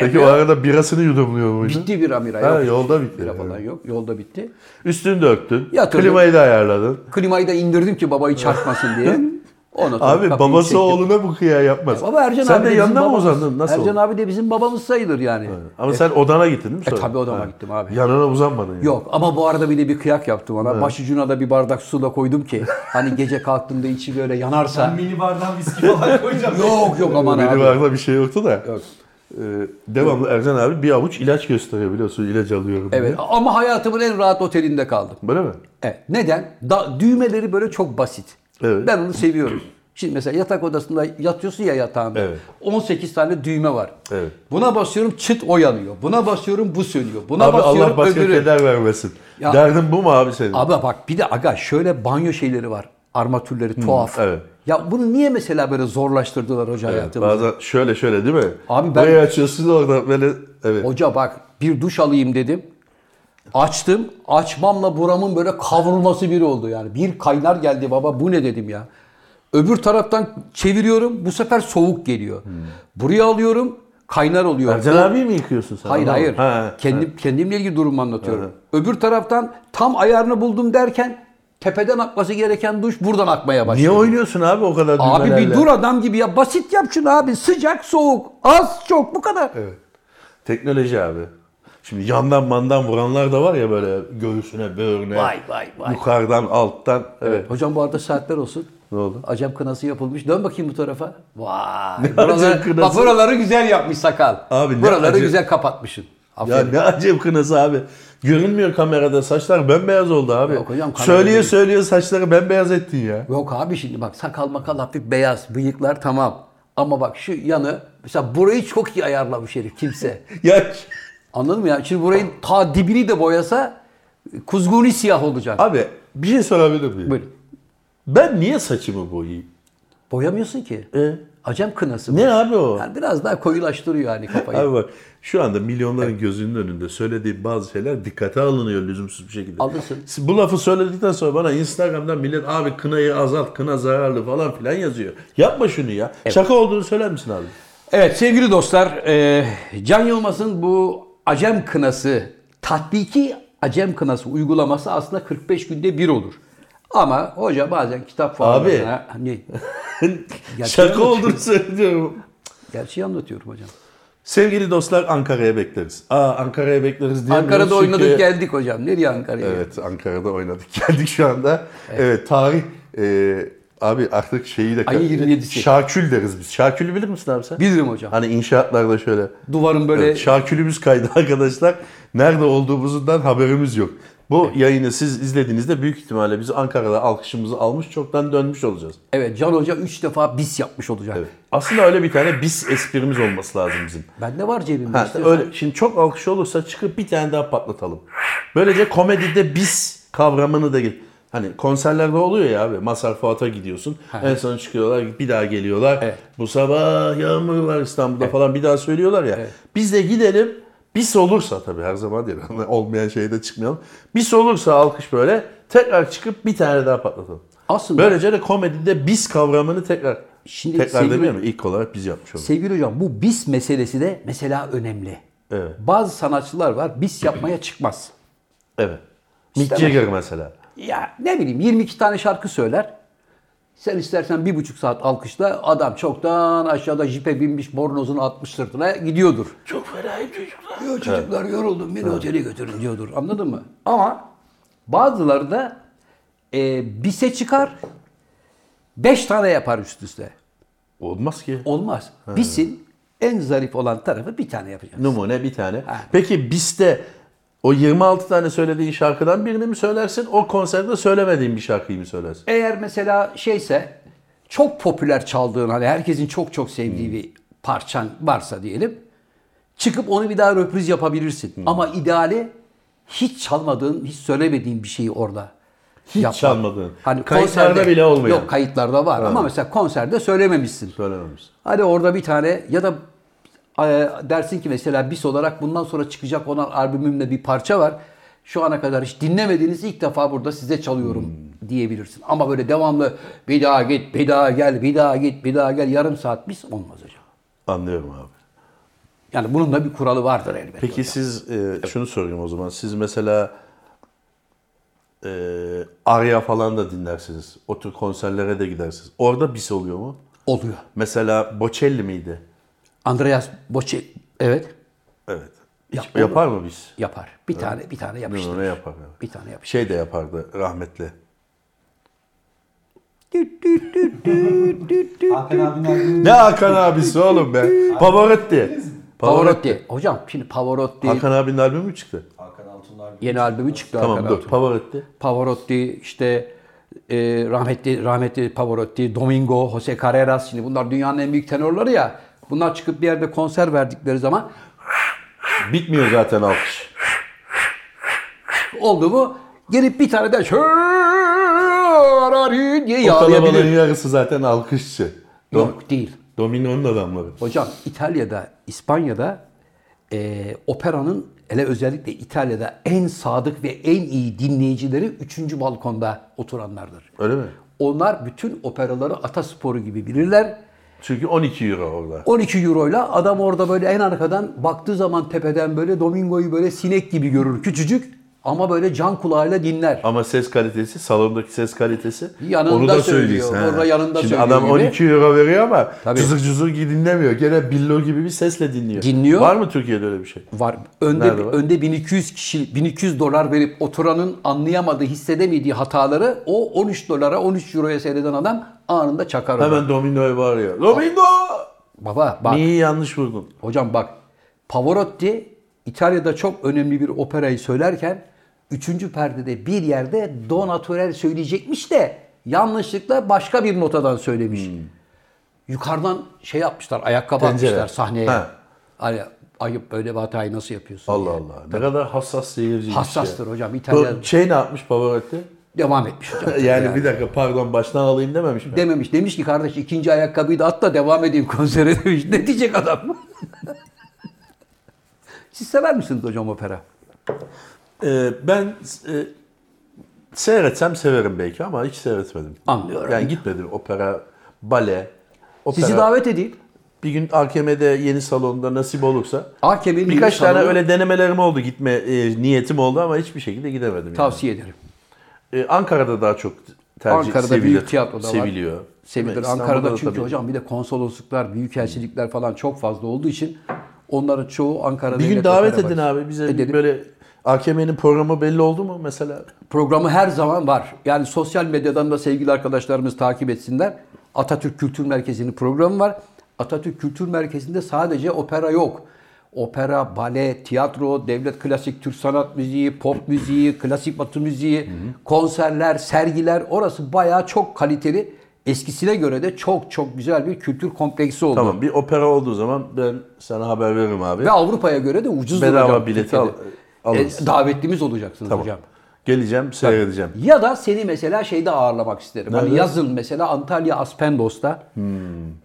S2: Peki o arada birasını yudumluyor muydu?
S1: bitti bir amira.
S2: Ha,
S1: Yok,
S2: yolda bitti.
S1: Bira falan yok. Yolda bitti.
S2: Üstünü döktün.
S1: Yatırdım.
S2: Klimayı da ayarladın.
S1: Klimayı da indirdim ki babayı çarpmasın diye. Ona
S2: Abi babası oğluna bu kıya yapmaz.
S1: Baba Ercan
S2: Sen
S1: abi
S2: de
S1: bizim
S2: yanına mı
S1: babamız.
S2: uzandın? Nasıl
S1: Ercan
S2: oldu?
S1: abi de bizim babamız sayılır yani.
S2: Ama sen odana gittin değil mi
S1: E
S2: sonra?
S1: tabii odama
S2: Ha.
S1: gittim abi.
S2: Yanına uzanmadın yani.
S1: Yok ama bu arada bir de bir kıyak yaptım ona. Başucuna da bir bardak su da koydum ki hani gece kalktığımda içi böyle yanarsa.
S3: Ben mini bardan viski falan koyacağım.
S1: yok yok aman
S2: Benim
S1: abi.
S2: aklımda bir şey yoktu da. Ee, devamlı Ercan abi bir avuç ilaç gösteriyor biliyorsun ilaç alıyorum
S1: Evet
S2: diye.
S1: ama hayatımın en rahat otelinde kaldım.
S2: Böyle mi?
S1: Evet. Neden? Da, düğmeleri böyle çok basit.
S2: Evet.
S1: Ben onu seviyorum. Şimdi mesela yatak odasında yatıyorsun ya yatağında.
S2: Evet.
S1: 18 tane düğme var.
S2: Evet.
S1: Buna basıyorum çıt o yanıyor. Buna basıyorum bu sönüyor. Buna
S2: abi
S1: basıyorum
S2: Allah başka
S1: öbürü.
S2: keder vermesin.
S1: Ya-
S2: Derdin bu mu abi senin?
S1: Abi bak bir de aga şöyle banyo şeyleri var. Armatürleri tuhaf.
S2: evet.
S1: Ya bunu niye mesela böyle zorlaştırdılar hoca
S2: Evet,
S1: hayatımızı?
S2: bazen şöyle şöyle değil mi?
S1: Abi ben-
S2: Burayı açıyorsun orada böyle evet.
S1: Hoca bak bir duş alayım dedim. Açtım. Açmamla buramın böyle kavrulması bir oldu yani. Bir kaynar geldi baba bu ne dedim ya. Öbür taraftan çeviriyorum. Bu sefer soğuk geliyor.
S2: Hmm.
S1: Buraya alıyorum. Kaynar oluyor.
S2: Ercan
S1: O-
S2: abi mi yıkıyorsun sen?
S1: Hayır
S2: Anlamadım.
S1: hayır.
S2: Ha,
S1: Kendim kendimle ilgili durumu anlatıyorum. Öbür taraftan tam ayarını buldum derken tepeden akması gereken duş buradan akmaya başladı.
S2: Niye oynuyorsun abi o kadar
S1: Abi
S2: düğmelerle?
S1: bir dur adam gibi ya. Basit yap şunu abi. Sıcak, soğuk, az, çok bu kadar.
S2: Evet. Teknoloji abi. Şimdi yandan mandan vuranlar da var ya böyle göğsüne, böğrüne.
S1: Vay, vay, vay.
S2: Yukarıdan, alttan. Evet.
S1: Hocam bu arada saatler olsun.
S2: Ne oldu?
S1: Acem kınası yapılmış. Dön bakayım bu tarafa. Vay.
S2: acem
S1: Buraları,
S2: kınası?
S1: bak buraları güzel yapmış sakal.
S2: Abi ne
S1: buraları
S2: acem-
S1: güzel kapatmışsın. Aferin.
S2: Ya ne acayip kınası abi. Görünmüyor kamerada. Saçlar bembeyaz oldu abi.
S1: Yok hocam, kamerada
S2: söylüyor
S1: değil.
S2: söylüyor saçları bembeyaz ettin ya.
S1: Yok abi şimdi bak sakal makal hafif beyaz. Bıyıklar tamam. Ama bak şu yanı mesela burayı çok iyi ayarlamış herif kimse.
S2: Ya
S1: Anladın mı ya? Şimdi burayı ta dibini de boyasa kuzguni siyah olacak.
S2: abi bir şey sorabilir miyim?
S1: Buyurun.
S2: Ben niye saçımı boyayayım?
S1: Boyamıyorsun ki.
S2: E?
S1: Acem kınası. bu.
S2: Ne abi o?
S1: Yani biraz daha koyulaştırıyor hani kafayı.
S2: Abi bak şu anda milyonların gözünün önünde söylediği bazı şeyler dikkate alınıyor lüzumsuz bir şekilde.
S1: Alınsın.
S2: Bu lafı söyledikten sonra bına Instagram'dan millet abi kınayı azalt, kına zararlı falan filan yazıyor. Yapma şunu ya. Şaka olduğunu söyler misin abi?
S1: Evet sevgili dostlar, e, Can Yılmaz'ın bu Acem kınası, tatbiki Acem kınası uygulaması aslında 45 günde bir olur. Ama hoca bazen kitap fuarlarına... Hani,
S2: Şaka
S1: anlatıyorum.
S2: olduğunu söylüyorum.
S1: gerçeği anlatıyorum hocam.
S2: Sevgili dostlar Ankara'ya bekleriz. Aa Ankara'ya bekleriz diye.
S1: Ankara'da oynadık geldik hocam. Nereye Ankara'ya?
S2: Evet Ankara'da oynadık geldik şu anda. Evet, tarih e, abi artık şeyi de
S1: Ayın 27'si.
S2: Şarkül deriz biz. Şarkül'ü bilir misin abi sen?
S1: Bilirim hocam.
S2: Hani inşaatlarda şöyle.
S1: Duvarın böyle...
S2: Evet, şarkülümüz kaydı arkadaşlar. Nerede olduğumuzdan haberimiz yok. Bu yayını siz izlediğinizde büyük ihtimalle biz Ankara'da alkışımızı almış çoktan dönmüş olacağız.
S1: Evet Can Hoca 3 defa bis yapmış olacak.
S2: Evet. Aslında öyle bir tane biz esprimiz olması lazım bizim.
S1: Bende var cebimde.
S2: Ha,
S1: istiyorsan.
S2: öyle. Şimdi çok alkış olursa çıkıp bir tane daha patlatalım. Böylece komedide biz kavramını da git. Hani konserlerde oluyor ya abi. Masar Fuat'a gidiyorsun. En son çıkıyorlar bir daha geliyorlar.
S1: Evet.
S2: Bu sabah yağmur var İstanbul'da falan bir daha söylüyorlar ya. Biz de gidelim. Biz olursa tabii her zaman değil. Hani Olmayan şeyde çıkmayalım. Biz olursa alkış böyle tekrar çıkıp bir tane daha patlatalım.
S1: Aslında
S2: Böylece de komedide biz kavramını tekrar
S1: Şimdi
S2: tekrar
S1: sevgili-
S2: demiyor mu? İlk olarak biz yapmış olduk.
S1: sevgili hocam bu bis meselesi de mesela önemli.
S2: Evet.
S1: Bazı sanatçılar var bis yapmaya çıkmaz.
S2: Evet. Mick Jagger mesela.
S1: Ya ne bileyim 22 tane şarkı söyler. Sen istersen bir buçuk saat alkışla adam çoktan aşağıda jipe binmiş bornozunu atmış sırtına gidiyordur.
S2: Çok fenayım çocuklar.
S1: Yo çocuklar yoruldum beni otele götürün diyordur. Anladın mı? Ama bazıları da e, bise çıkar 5 tane yapar üst üste.
S2: Olmaz ki.
S1: Olmaz. Bisin en zarif olan tarafı bir tane yapacak.
S2: Numune bir tane. Peki biste o 26 tane söylediğin şarkıdan birini mi söylersin? O konserde söylemediğin bir şarkıyı mı söylersin?
S1: Eğer mesela şeyse çok popüler çaldığın hani herkesin çok çok sevdiği
S2: Hmm.
S1: bir parçan varsa diyelim çıkıp onu bir daha röpriz yapabilirsin.
S2: Hmm.
S1: Ama ideali hiç çalmadığın, hiç söylemediğin bir şeyi orada
S2: Hiç
S1: yapmak. Hani
S2: çalmadığın. Kayıtlarda bile olmayan.
S1: Yok kayıtlarda var ama mesela konserde söylememişsin.
S2: Söylememişsin.
S1: Hadi orada bir tane ya da e, dersin ki mesela bis olarak bundan sonra çıkacak olan albümümde bir parça var. Şu ana kadar hiç dinlemediğiniz ilk defa burada size çalıyorum
S2: Hmm.
S1: diyebilirsin. Ama böyle devamlı bir daha git, bir daha gel, bir daha git, bir daha gel yarım saat bis olmaz hocam.
S2: Anlıyorum abi.
S1: Yani bunun da bir kuralı vardır elbette.
S2: Peki siz e, şunu sorayım o zaman. Siz mesela e, Arya falan da dinlersiniz. O tür konserlere de gidersiniz. Orada bis oluyor mu?
S1: Oluyor.
S2: Mesela Bocelli miydi?
S1: Andreas Bocelli evet
S2: Evet. Hiç
S1: Yap-
S2: yapar mı bis?
S1: yapar. Bir tane bir tane yapıştır.
S2: Numune yapar. evet.
S1: Bir tane yapıştır.
S2: Şey de yapardı rahmetli.
S3: Hakan abinin
S2: Ne Hakan abisi oğlum be? Pavarotti.
S1: Pavarotti. Hocam şimdi Pavarotti
S2: Hakan abinin albümü mü çıktı?
S3: Hakan Altunlar
S1: yeni albümü çıktı.
S2: Tamam
S1: arkadaşlar.
S2: dur. Pavarotti.
S1: Pavarotti işte e, rahmetli rahmetli Pavarotti, Domingo, Jose Carreras şimdi bunlar dünyanın en büyük tenorları ya. Bunlar çıkıp bir yerde konser verdikleri zaman
S2: Bitmiyor zaten alkış.
S1: oldu mu gelip bir tane de şöyle diye
S2: O kalabalığın
S1: yağlayabilir.
S2: yarısı zaten alkışçı. Dom-
S1: Yok değil.
S2: Domino'nun adamları.
S1: Hocam İtalya'da, İspanya'da e, operanın hele özellikle İtalya'da en sadık ve en iyi dinleyicileri 3. balkonda oturanlardır.
S2: Öyle mi?
S1: Onlar bütün operaları atasporu gibi bilirler.
S2: Çünkü 12 euro orada.
S1: 12 euroyla adam orada böyle en arkadan baktığı zaman tepeden böyle Domingo'yu böyle sinek gibi görür küçücük ama böyle can kulağıyla dinler.
S2: Ama ses kalitesi, salondaki ses kalitesi
S1: Yanında
S2: onu
S1: söylüyor,
S2: da söyleyeceksin. he.
S1: orada yanında
S2: Şimdi
S1: söylüyor
S2: adam
S1: gibi.
S2: 12 euro veriyor ama
S1: Tabii.
S2: cızır cızır gibi dinlemiyor. Gene billo gibi bir sesle dinliyor.
S1: Dinliyor.
S2: Var mı Türkiye'de öyle bir şey?
S1: Var. Önde
S2: Nerede var?
S1: önde 1200 kişi 1200 dolar verip oturanın anlayamadığı, hissedemediği hataları o 13 dolara 13 euroya seyreden adam anında çakar onu.
S2: Hemen Domino'ya bağırıyor. Domino!
S1: Baba bak
S2: Niye yanlış vurdun?
S1: hocam bak Pavarotti İtalya'da çok önemli bir operayı söylerken 3. perdede bir yerde donatörel söyleyecekmiş de yanlışlıkla başka bir notadan söylemiş. Yukarıdan şey yapmışlar, ayakkabı
S2: Hmm. Tencere.
S1: atmışlar sahneye.
S2: Ha.
S1: Hani ayıp böyle bir hatayı nasıl yapıyorsun?
S2: Allah
S1: diye.
S2: Allah. Ne kadar hassas seyirci.
S1: Hassastır hocam. İtalyan
S2: Şey ne yapmış Pavarotti?
S1: devam etmiş hocam.
S2: Yani, bir dakika pardon baştan alayım dememiş mi?
S1: Dememiş. Demiş ki kardeş ikinci ayakkabıyı da at da devam edeyim konsere demiş. Ne diyecek adam? Siz sever misiniz hocam opera?
S2: Ee, ben e, seyretsem severim belki ama hiç seyretmedim.
S1: Anlıyorum.
S2: Yani gitmedim opera, bale, opera.
S1: Sizi davet edeyim.
S2: Bir gün AKM'de yeni salonda nasip olursa
S1: AKM'nin
S2: birkaç
S1: yeni salonu
S2: tane öyle denemelerim oldu gitme e, niyetim oldu ama hiçbir şekilde gidemedim. yani.
S1: tavsiye ederim.
S2: E, Ankara'da daha çok tercih
S1: Ankara'da
S2: sevilir,
S1: büyük tiyatroda var.
S2: seviliyor.
S1: Sevilir.
S2: Değil mi? İstanbul'da
S1: Ankara'da
S2: da
S1: çünkü
S2: tabii.
S1: hocam bir de konsolosluklar, büyükelçilikler falan çok fazla olduğu için onların çoğu Ankara'da.
S2: Bir gün
S1: Devlet
S2: davet
S1: Opera
S2: edin
S1: var.
S2: abi bize bir
S1: Edelim.
S2: böyle AKM'nin programı belli oldu mu mesela?
S1: Programı her zaman var. Yani sosyal medyadan da sevgili arkadaşlarımız takip etsinler. Atatürk Kültür Merkezi'nin programı var. Atatürk Kültür Merkezi'nde sadece opera yok. opera, bale, tiyatro, devlet klasik Türk sanat müziği, pop müziği, klasik batı müziği, konserler, sergiler orası bayağı çok kaliteli. Eskisine göre de çok çok güzel bir kültür kompleksi oldu.
S2: Tamam bir opera olduğu zaman ben sana haber veririm abi.
S1: Ve Avrupa'ya göre de ucuz
S2: Bedava
S1: olacak
S2: bileti
S1: Türkiye'de.
S2: al- alırız.
S1: E, davetlimiz olacaksınız
S2: Tamam.
S1: hocam.
S2: Geleceğim seyredeceğim.
S1: Ya da seni mesela şeyde ağırlamak isterim. Hani
S2: Nerede?
S1: yazın mesela Antalya Aspendos'ta.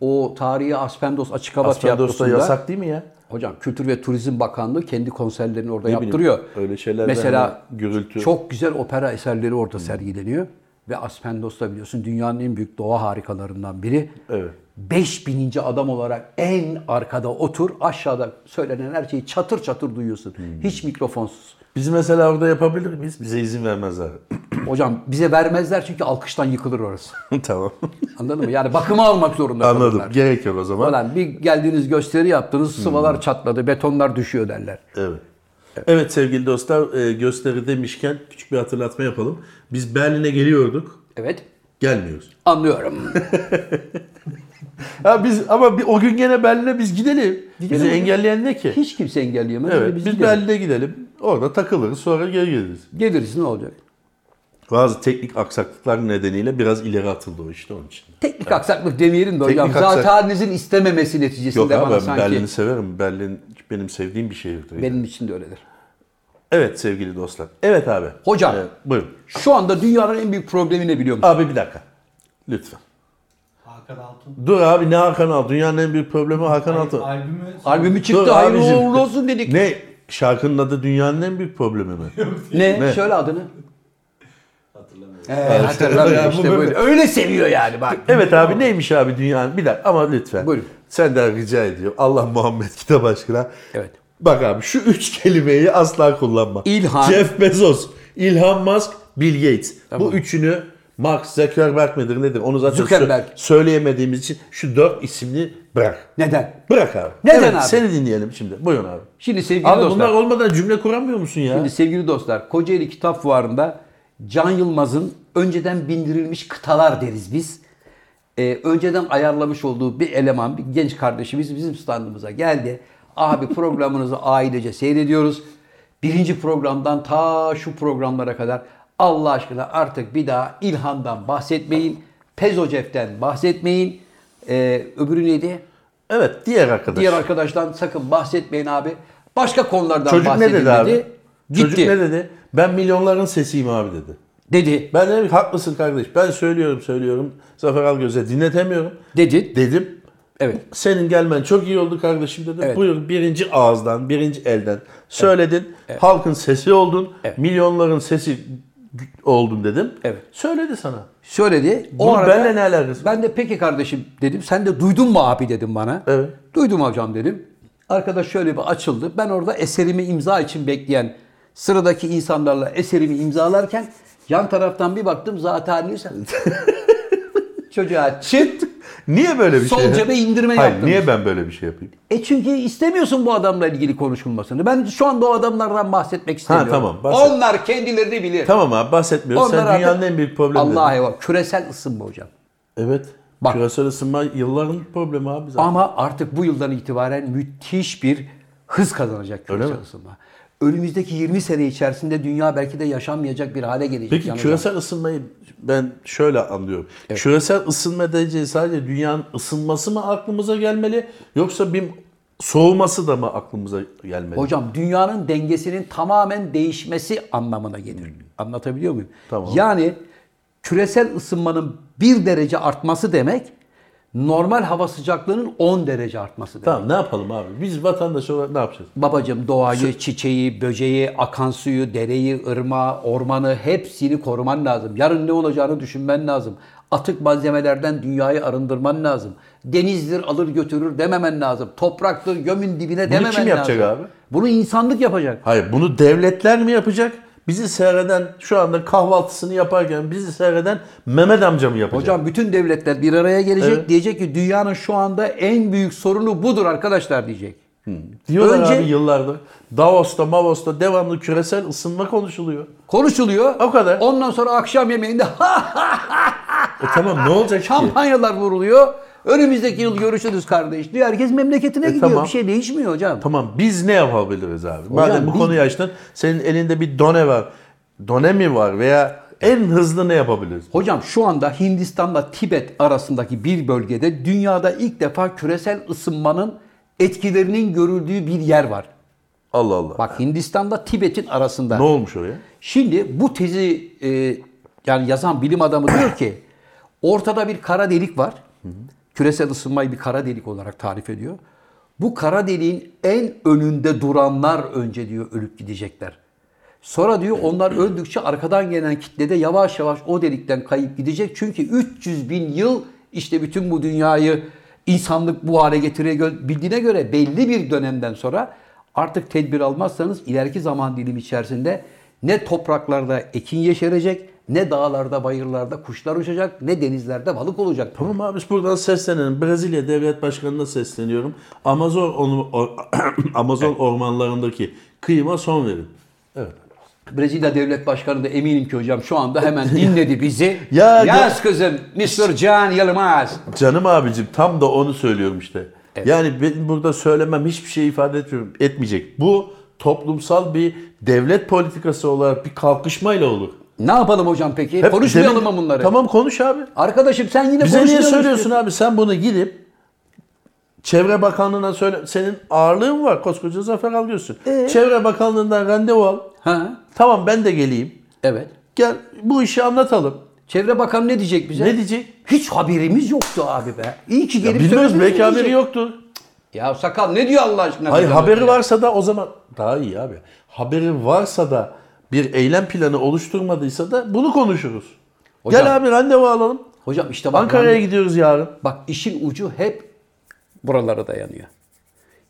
S1: O tarihi Aspendos Açık Hava
S2: Hmm. Aspendos'ta
S1: Tiyatrosu'nda.
S2: yasak değil mi ya?
S1: Hocam Kültür ve Turizm Bakanlığı kendi konserlerini orada
S2: Ne bileyim,
S1: yaptırıyor.
S2: öyle şeyler
S1: Mesela
S2: ben de gürültü- Hmm.
S1: çok güzel opera eserleri orada sergileniyor. Ve Aspendos'ta biliyorsun dünyanın en büyük doğa harikalarından biri.
S2: Evet.
S1: 5000. adam olarak en arkada otur aşağıda söylenen her şeyi çatır çatır duyuyorsun.
S2: Hmm.
S1: Hiç mikrofonsuz.
S2: Biz mesela orada yapabilir miyiz? Bize izin vermezler.
S1: Hocam bize vermezler çünkü alkıştan yıkılır orası.
S2: tamam.
S1: Anladın mı? Yani bakıma almak zorunda
S2: Anladım.
S1: kalırlar.
S2: Gerek yok o zaman.
S1: Falan bir geldiğiniz gösteri
S2: Hmm.
S1: yaptınız, sıvalar çatladı, betonlar düşüyor derler.
S2: Evet. Evet sevgili dostlar e, gösteri demişken küçük bir hatırlatma yapalım. Biz Berlin'e geliyorduk.
S1: Evet,
S2: Gelmiyoruz.
S1: anlıyorum.
S2: Ha biz ama bir, o gün gene Berlin'e biz gidelim. Bizi engelleyen ne ki?
S1: Hiç kimse engelleyemez.
S2: evet. Biz
S1: biz gidelim.
S2: Berlin'e gidelim. Orada takılırız sonra geri geliriz.
S1: geliriz ne olacak?
S2: Bazı teknik aksaklıklar nedeniyle biraz ileri atıldı o işte onun için.
S1: Teknik aksaklık demeyelim de hocam.
S2: Teknik aksak-
S1: Zaten istememesi neticesinde
S2: Yok abi
S1: bana
S2: ben
S1: sanki
S2: Berlin'i severim. Berlin benim sevdiğim bir şehirdir.
S1: benim için de öyledir.
S2: Evet sevgili dostlar. Evet abi.
S1: Hocam.
S2: Ee, buyurun.
S1: Şu anda dünyanın en büyük problemi ne biliyor musun?
S2: Abi bir dakika. Lütfen.
S3: Hakan Altun.
S2: Dur abi ne Hakan Altun? Dünyanın en büyük problemi Hakan Altun.
S3: Albümü
S1: Albümü
S2: Dur
S1: çıktı, hayırlı
S2: abicim.
S1: uğurlu olsun dedik. Ne?
S2: Ne? Şarkının adı dünyanın en büyük problemi mi? Ne?
S1: Söyle adını.
S3: hatırlamıyorum.
S1: Ee, hatırlamıyorum
S2: Ya bu
S1: işte
S2: böyle-
S1: böyle. Öyle seviyor yani bak.
S2: Evet abi neymiş abi dünyanın? Bir dakika ama lütfen.
S1: Buyurun.
S2: Senden rica ediyorum. Allah Muhammed kitap aşkına.
S1: Evet.
S2: Bak abi şu üç kelimeyi asla kullanma.
S1: İlhan.
S2: Jeff Bezos, Elon Musk, Bill Gates.
S1: Tamam.
S2: Bu üçünü Mark Zuckerberg midir nedir? Onu zaten
S1: Zuckerberg.
S2: sö- söyleyemediğimiz için şu dört isimli bırak.
S1: Neden?
S2: Bırak abi.
S1: Neden
S2: Evet,
S1: abi?
S2: Seni dinleyelim şimdi. Buyurun abi.
S1: Şimdi sevgili
S2: Abi
S1: dostlar.
S2: bunlar olmadan cümle kuramıyor musun ya?
S1: Şimdi sevgili dostlar, Kocaeli Kitap Fuarı'nda Can Yılmaz'ın önceden bindirilmiş kıtalar deriz biz. Ee, önceden ayarlamış olduğu bir eleman, bir genç kardeşimiz bizim standımıza geldi. Abi programınızı ailece seyrediyoruz. Birinci programdan ta şu programlara kadar Allah aşkına artık bir daha İlhan'dan bahsetmeyin. Pezocef'ten bahsetmeyin. Ee, öbürü neydi?
S2: Evet diğer arkadaş.
S1: Diğer arkadaştan sakın bahsetmeyin abi. Başka konulardan
S2: Çocuk ne
S1: bahsedin
S2: dedi abi?
S1: Gitti.
S2: Çocuk ne dedi? Ben milyonların sesiyim abi dedi.
S1: Dedi.
S2: Ben dedim ki, haklısın kardeş. Ben söylüyorum söylüyorum. Zafer Algöz'e dinletemiyorum.
S1: Dedi.
S2: Dedim.
S1: Evet.
S2: Senin gelmen çok iyi oldu kardeşim dedim.
S1: Evet.
S2: Buyur birinci ağızdan, birinci elden söyledin. Halkın sesi oldun.
S1: Evet.
S2: Milyonların sesi oldun dedim.
S1: Evet.
S2: Söyledi sana.
S1: Söyledi. O
S2: Bunun
S1: arada
S2: benimle ne alakası var?
S1: Ben de peki kardeşim dedim. Sen de duydun mu abi dedim bana.
S2: Evet.
S1: Duydum hocam dedim. Arkadaş şöyle bir açıldı. Ben orada eserimi imza için bekleyen sıradaki insanlarla eserimi imzalarken yan taraftan bir baktım zaten neyse. Çocuğa çıt.
S2: Niye böyle bir
S1: Sol
S2: şey?
S1: cebe indirme
S2: Hayır,
S1: yaptınız.
S2: niye ben böyle bir şey yapayım?
S1: E çünkü istemiyorsun bu adamla ilgili konuşulmasını. Ben şu anda o adamlardan bahsetmek istemiyorum.
S2: tamam, bahset.
S1: Onlar kendilerini bilir.
S2: Tamam abi bahsetmiyoruz.
S1: Onlar
S2: Sen
S1: artık-
S2: dünyanın en büyük problemi dedin.
S1: Allah'a eyvallah. Küresel ısınma hocam.
S2: Evet.
S1: Bak.
S2: Küresel ısınma yılların problemi abi zaten.
S1: Ama artık bu yıldan itibaren müthiş bir hız kazanacak küresel
S2: Öyle mi?
S1: ısınma. Önümüzdeki 20 sene içerisinde dünya belki de yaşanmayacak bir hale gelecek.
S2: Peki
S1: yalnız.
S2: küresel ısınmayı ben şöyle anlıyorum. Küresel ısınma deyince sadece dünyanın ısınması mı aklımıza gelmeli yoksa bir soğuması da mı aklımıza gelmeli?
S1: Hocam dünyanın dengesinin tamamen değişmesi anlamına gelir. Anlatabiliyor muyum?
S2: Hmm. Tamam.
S1: Yani küresel ısınmanın 1 derece artması demek normal hava sıcaklığının 10 derece artması demek.
S2: Tamam ne yapalım abi? Biz vatandaş olarak ne yapacağız?
S1: Babacım doğayı, çiçeği, böceği, akan suyu, dereyi, ırmağı, ormanı hepsini koruman lazım. Yarın ne olacağını düşünmen lazım. Atık malzemelerden dünyayı arındırman lazım. Denizdir alır götürür dememen lazım. Topraktır gömün dibine dememen
S2: kim yapacak
S1: lazım.
S2: abi?
S1: Bunu insanlık yapacak.
S2: Hayır bunu devletler mi yapacak? Bizi seyreden şu anda kahvaltısını yaparken bizi seyreden Mehmet amca mı yapacak?
S1: Hocam bütün devletler bir araya gelecek.
S2: Evet.
S1: Diyecek ki dünyanın şu anda en büyük sorunu budur arkadaşlar diyecek.
S2: Diyorlar
S1: önce-
S2: abi yıllardır. Davos'ta, Mavos'ta devamlı küresel ısınma konuşuluyor.
S1: Konuşuluyor.
S2: O kadar.
S1: Ondan sonra akşam yemeğinde
S2: E tamam ne olacak ki?
S1: şampanyalar vuruluyor. Önümüzdeki yıl görüşürüz kardeş diyor. Herkes memleketine gidiyor.
S2: tamam.
S1: Bir şey değişmiyor hocam.
S2: Tamam biz ne yapabiliriz abi? Madem bu
S1: biz-
S2: konuyu açtın senin elinde bir done var. Done mi var veya en hızlı ne yapabiliriz?
S1: Hocam şu anda Hindistan'la Tibet arasındaki bir bölgede dünyada ilk defa küresel ısınmanın etkilerinin görüldüğü bir yer var.
S2: Allah Allah.
S1: Bak Hindistan'la Tibet'in arasında.
S2: Ne olmuş oraya?
S1: Şimdi bu tezi e, yani yazan bilim adamı diyor ki ortada bir kara delik var. Küresel ısınmayı bir kara delik olarak tarif ediyor. Bu kara deliğin en önünde duranlar önce diyor ölüp gidecekler. Sonra diyor onlar öldükçe arkadan gelen kitle de yavaş yavaş o delikten kayıp gidecek. Çünkü 300 bin yıl işte bütün bu dünyayı insanlık bu hale getirebildiğine göre belli bir dönemden sonra artık tedbir almazsanız ileriki zaman dilimi içerisinde ne topraklarda ekin yeşerecek, ne dağlarda, bayırlarda kuşlar uçacak, ne denizlerde balık olacak.
S2: Tamam abi buradan seslenelim. Brezilya Devlet Başkanı'na sesleniyorum. Amazon onu- o- Amazon ormanlarındaki kıyıma son verin. Evet.
S1: Brezilya Devlet Başkanı da eminim ki hocam şu anda hemen dinledi bizi.
S2: Ya-
S1: Yaz kızım Mr. Can Yılmaz.
S2: Canım abicim tam da onu söylüyorum işte. Yani benim burada söylemem hiçbir şey ifade etmiyorum, etmeyecek. Bu toplumsal bir devlet politikası olarak bir kalkışmayla olur.
S1: Ne yapalım hocam peki?
S2: Hep
S1: E, Konuşmayalım
S2: demin-
S1: mı bunları?
S2: Tamam konuş abi.
S1: Arkadaşım sen yine
S2: Bize niye
S1: konuşmayalım
S2: söylüyorsun
S1: işte.
S2: abi? Sen bunu gidip Çevre Bakanlığı'na söyle. Senin ağırlığın var. Koskoca zafer alıyorsun.
S1: Ee?
S2: Çevre Bakanlığı'ndan randevu al.
S1: Ha?
S2: Tamam ben de geleyim.
S1: Evet.
S2: Gel bu işi anlatalım.
S1: Çevre Bakanı ne diyecek bize?
S2: Ne diyecek?
S1: Hiç haberimiz yoktu abi be. İyi ki gelip
S2: Bilmiyoruz
S1: söylediniz
S2: belki
S1: diyecek.
S2: haberi yoktu.
S1: Ya sakal ne diyor Allah aşkına?
S2: Hayır
S1: bize böyle?
S2: haberi varsa da o zaman daha iyi abi. Haberi varsa da bir eylem planı oluşturmadıysa da bunu konuşuruz.
S1: Hocam-
S2: Gel abi randevu alalım.
S1: Hocam işte bak
S2: Ankara'ya gidiyoruz yarın.
S1: Bak işin ucu hep buralara dayanıyor.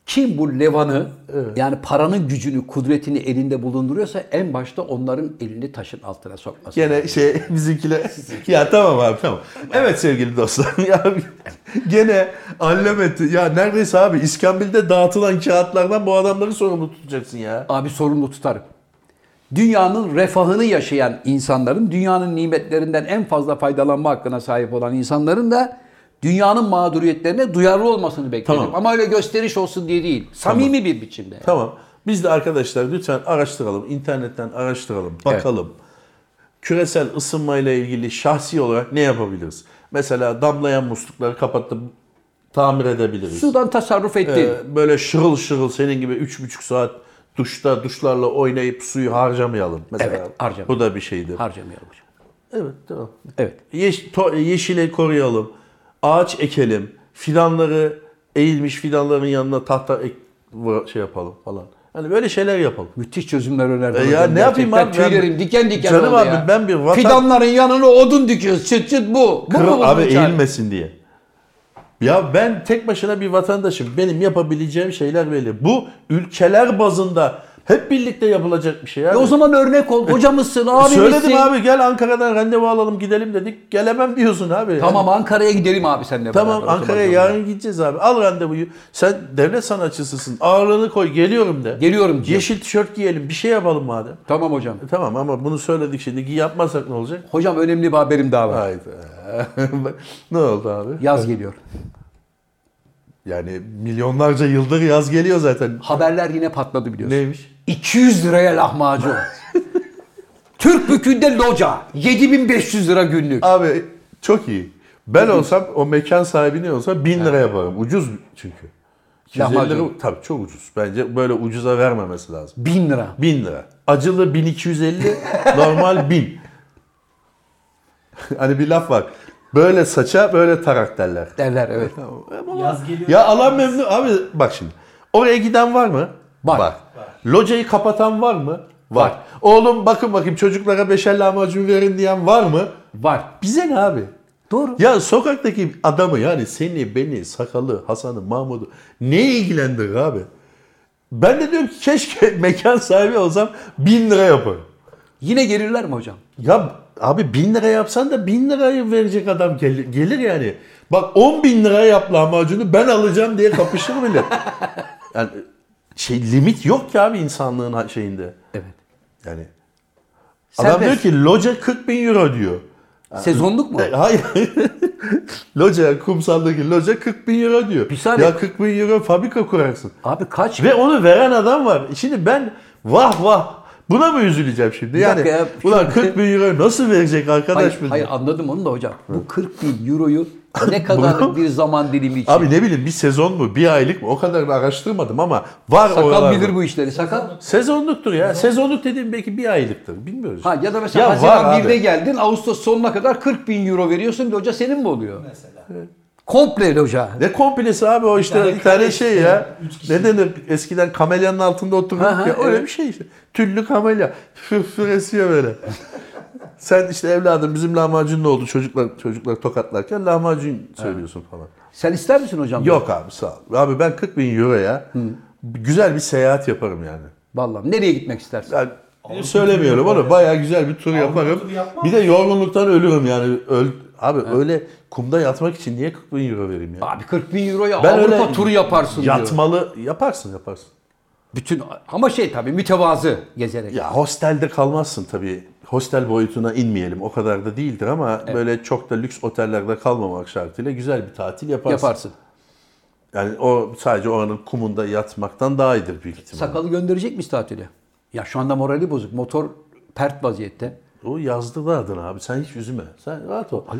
S1: Kim bu levanı yani paranın gücünü, kudretini elinde bulunduruyorsa en başta onların elini taşın altına sokması.
S2: Gene şey bizimkiler. ya tamam abi tamam. Evet sevgili dostlar. ya gene allem Ya neredeyse abi İskambil'de dağıtılan kağıtlardan bu adamları sorumlu tutacaksın ya.
S1: Abi sorumlu tutarım. Dünyanın refahını yaşayan insanların, dünyanın nimetlerinden en fazla faydalanma hakkına sahip olan insanların da dünyanın mağduriyetlerine duyarlı olmasını beklerim.
S2: Tamam.
S1: Ama öyle gösteriş olsun diye değil. Samimi bir biçimde.
S2: Tamam. Biz de arkadaşlar lütfen araştıralım. internetten araştıralım. Bakalım. Küresel ısınmayla ilgili şahsi olarak ne yapabiliriz? Mesela damlayan muslukları kapatıp tamir edebiliriz.
S1: Sudan tasarruf ettin.
S2: Ee, böyle şırıl şırıl senin gibi 3,5 saat duşta duşlarla oynayıp suyu harcamayalım. Mesela
S1: Evet, harcamayalım.
S2: Bu da bir şeydir.
S1: Harcamayalım hocam.
S2: evet tamam.
S1: Evet.
S2: Yeş- to- yeşili koruyalım. Ağaç ekelim. Fidanları eğilmiş fidanların yanına tahta ek- vur- şey yapalım falan. Hani böyle şeyler yapalım.
S1: Müthiş çözümler önerdi.
S2: E
S1: hocam
S2: ya ne yapayım
S1: gerçekten.
S2: abi ben-
S1: Tüylerim diken diken
S2: Canım
S1: oldu
S2: abi
S1: ya.
S2: ben bir vatan-
S1: Fidanların yanına odun dikiyoruz. Çıt çıt bu. Bu
S2: Kırıl-
S1: mu bu
S2: abi
S1: çare?
S2: eğilmesin diye. Ya ben tek başına bir vatandaşım. Benim yapabileceğim şeyler belli. Bu ülkeler bazında hep birlikte yapılacak bir şey.
S1: E
S2: Abi.
S1: o zaman örnek ol. Hocamızsın, abimizsin.
S2: Söyledim abi gel Ankara'dan randevu alalım gidelim dedik. Gelemem diyorsun abi.
S1: Tamam Ankara'ya gidelim abi seninle
S2: Tamam
S1: beraber o zaman
S2: Ankara'ya
S1: canım.
S2: yarın gideceğiz abi. Al randevuyu. Sen devlet sanatçısısın. Ağırlığını koy geliyorum de.
S1: Geliyorum diyor.
S2: Yeşil tişört giyelim. Bir şey yapalım madem.
S1: Tamam hocam.
S2: E, tamam ama bunu söyledik şimdi. Yapmazsak ne olacak?
S1: Hocam önemli bir haberim daha var.
S2: Hayda. ne oldu abi?
S1: Yaz geliyor.
S2: Yani milyonlarca yıldır yaz geliyor zaten.
S1: Haberler yine patladı biliyorsun.
S2: Neymiş?
S1: 200 liraya lahmacun. Türk bükünde loca. 7500 lira günlük.
S2: Abi çok iyi. Ben olsam o mekan sahibini olsa 1000 lira yaparım. Ucuz çünkü. 250 lira,
S1: Lahmacun.
S2: tabii çok ucuz. Bence böyle ucuza vermemesi lazım.
S1: 1000 lira.
S2: 1000 lira. Acılı 1250, normal 1000. hani bir laf var. Böyle saça böyle tarak derler.
S1: Derler evet.
S3: Yaz geliyor.
S2: Ya alan memnun. Abi bak şimdi. Oraya giden var mı?
S1: Var.
S2: Locayı kapatan var mı? Var. Oğlum bakın bakayım çocuklara beşer lahmacun verin diyen var mı?
S1: Var.
S2: Bize ne abi?
S1: Doğru.
S2: Ya sokaktaki adamı yani seni, beni, Sakalı, Hasan'ı, Mahmud'u ne ilgilendirir abi? Ben de diyorum ki keşke mekan sahibi olsam bin lira yaparım.
S1: Yine gelirler mi hocam?
S2: Ya abi bin lira yapsan da bin lirayı verecek adam gelir, gelir yani. Bak 10 bin lira yap lahmacunu ben alacağım diye kapışır bile. yani şey limit yok ki abi insanlığın ha- şeyinde.
S1: Evet.
S2: Yani
S1: Serbest.
S2: adam diyor ki loca 40 bin euro diyor.
S1: Sezonluk mu?
S2: E, Hayır. loca, kumsaldaki loca 40 bin euro diyor.
S1: Bir saniye.
S2: Ya 40 bin euro fabrika kurarsın.
S1: Abi kaç?
S2: Ve onu veren adam var. Şimdi ben vah vah buna mı üzüleceğim şimdi? Yani
S1: dakika ya. şey-
S2: ulan 40 bin euro nasıl verecek arkadaş
S1: Hayır,
S2: bu?
S1: hayır anladım onu da hocam. Bu 40 bin euroyu ne kadar bir zaman dilimi için?
S2: Abi ne bileyim bir sezon mu bir aylık mı o kadar da araştırmadım ama var
S1: sakal
S2: oralarda.
S1: bilir bu işleri sakal.
S2: Sezonluktur ya. Sezonluk dediğim belki bir aylıktır. Bilmiyoruz.
S1: Ha ya da mesela
S2: Ya var
S1: Haziran
S2: abi.
S1: 1'de geldin Ağustos sonuna kadar 40 bin euro veriyorsun bir hoca senin mi oluyor?
S3: Mesela.
S1: Komple hoca.
S2: Ne komplesi abi o işte
S3: tane
S2: bir tane
S3: kare
S2: şey
S3: işte,
S2: ya.
S3: üç kişi.
S2: Ne denir? Eskiden kamelyanın altında oturduk
S1: Aha,
S2: ya. Öyle
S1: evet.
S2: bir şey işte. Tüllü kamelya. Fırfır esiyor böyle. Sen işte evladım bizim lahmacun ne oldu çocuklar çocuklar tokatlarken lahmacun söylüyorsun falan.
S1: Sen ister misin hocam?
S2: Yok abi sağ ol. Abi ben 40 bin euroya güzel bir seyahat yaparım yani.
S1: Vallahi nereye gitmek istersin?
S2: Yani söylemiyorum onu. Bayağı güzel bir tur yaparım.
S3: turu yapmam.
S2: Bir de yorgunluktan ölürüm yani. Öl... Abi öyle kumda yatmak için niye 40 bin euro vereyim ya?
S1: Abi 40 bin euroya
S2: Ben
S1: Avrupa
S2: öyle
S1: turu yaparsın diyor.
S2: Yatmalı yaparsın yaparsın.
S1: Bütün ama şey tabii mütevazı gezerek.
S2: Ya hostelde kalmazsın tabii. Hostel boyutuna inmeyelim. O kadar da değildir ama böyle çok da lüks otellerde kalmamak şartıyla güzel bir tatil yaparsın.
S1: yaparsın.
S2: Yani o sadece oranın kumunda yatmaktan daha iyidir büyük ihtimalle.
S1: Sakalı gönderecek miyiz tatile? Ya şu anda morali bozuk. Motor pert vaziyette.
S2: O yazdırdı adını abi. Sen hiç üzülme. Sen rahat ol.
S1: Ali.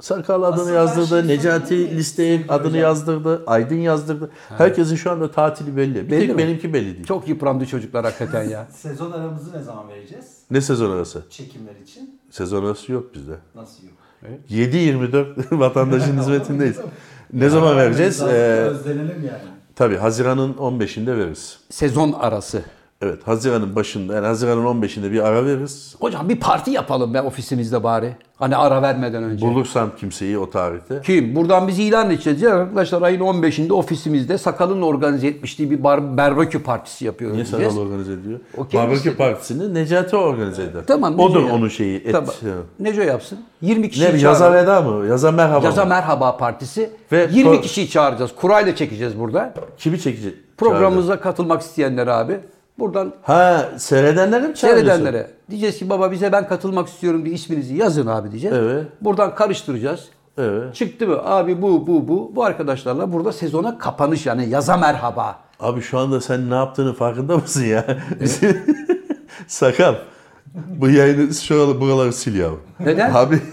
S2: Sarkal adını
S3: Aslında
S2: yazdırdı.
S3: her şey sorun
S2: Necati
S3: değil.
S2: listeye adını
S3: Hocam.
S2: yazdırdı. Aydın yazdırdı. Herkesin şu anda tatili belli. Bir
S1: Belli
S2: tek
S1: mi?
S2: benimki belli değil.
S1: Çok yıprandı çocuklar hakikaten ya.
S3: Sezon aramızı ne zaman vereceğiz?
S2: Ne sezon arası?
S3: Çekimler için.
S2: Sezon arası yok bizde.
S3: Nasıl yok?
S2: 7-24 vatandaşın hizmetindeyiz. Ne zaman vereceğiz?
S3: Daha
S2: Ee,
S3: özlenelim yani.
S2: tabii Haziran'ın 15'inde veririz.
S1: Sezon arası.
S2: Evet Haziran'ın başında yani Haziran'ın 15'inde bir ara veririz.
S1: Hocam bir parti yapalım be ofisimizde bari. Hani ara vermeden önce.
S2: Bulursam kimseyi o tarihte.
S1: Kim? Buradan biz ilan edeceğiz. Ya arkadaşlar ayın 15'inde ofisimizde Sakal'ın organize etmişliği bir bar barbekü partisi yapıyoruz.
S2: Niye
S1: diyeceğiz.
S2: Saral organize ediyor?
S1: O kendisi-
S2: Barbekü Partisi'ni Necati organize eder.
S1: Tamam.
S2: Odur
S1: Neco
S2: onun
S1: yap-
S2: şeyi. Et.
S1: Tamam. Neco yapsın. 20 kişi
S2: Ne bir yaza veda mı? Yaza merhaba
S1: Yaza
S2: mı?
S1: Merhaba Partisi.
S2: Ve
S1: 20
S2: pro-
S1: kişiyi çağıracağız. Kurayla çekeceğiz burada.
S2: Kimi çekecek?
S1: Programımıza katılmak isteyenler abi. Buradan
S2: Ha seyredenlere mi çağırıyorsun?
S1: seyredenlere diyeceğiz ki baba bize ben katılmak istiyorum diye isminizi yazın abi diyeceğiz.
S2: Evet.
S1: Buradan karıştıracağız.
S2: Evet.
S1: Çıktı mı abi bu bu bu bu arkadaşlarla burada sezona kapanış yani yaza merhaba.
S2: Abi şu anda sen ne yaptığını farkında mısın ya? Sakal. Bu yayını şuraları buraları sil yavrum.
S1: Neden?
S2: Abi.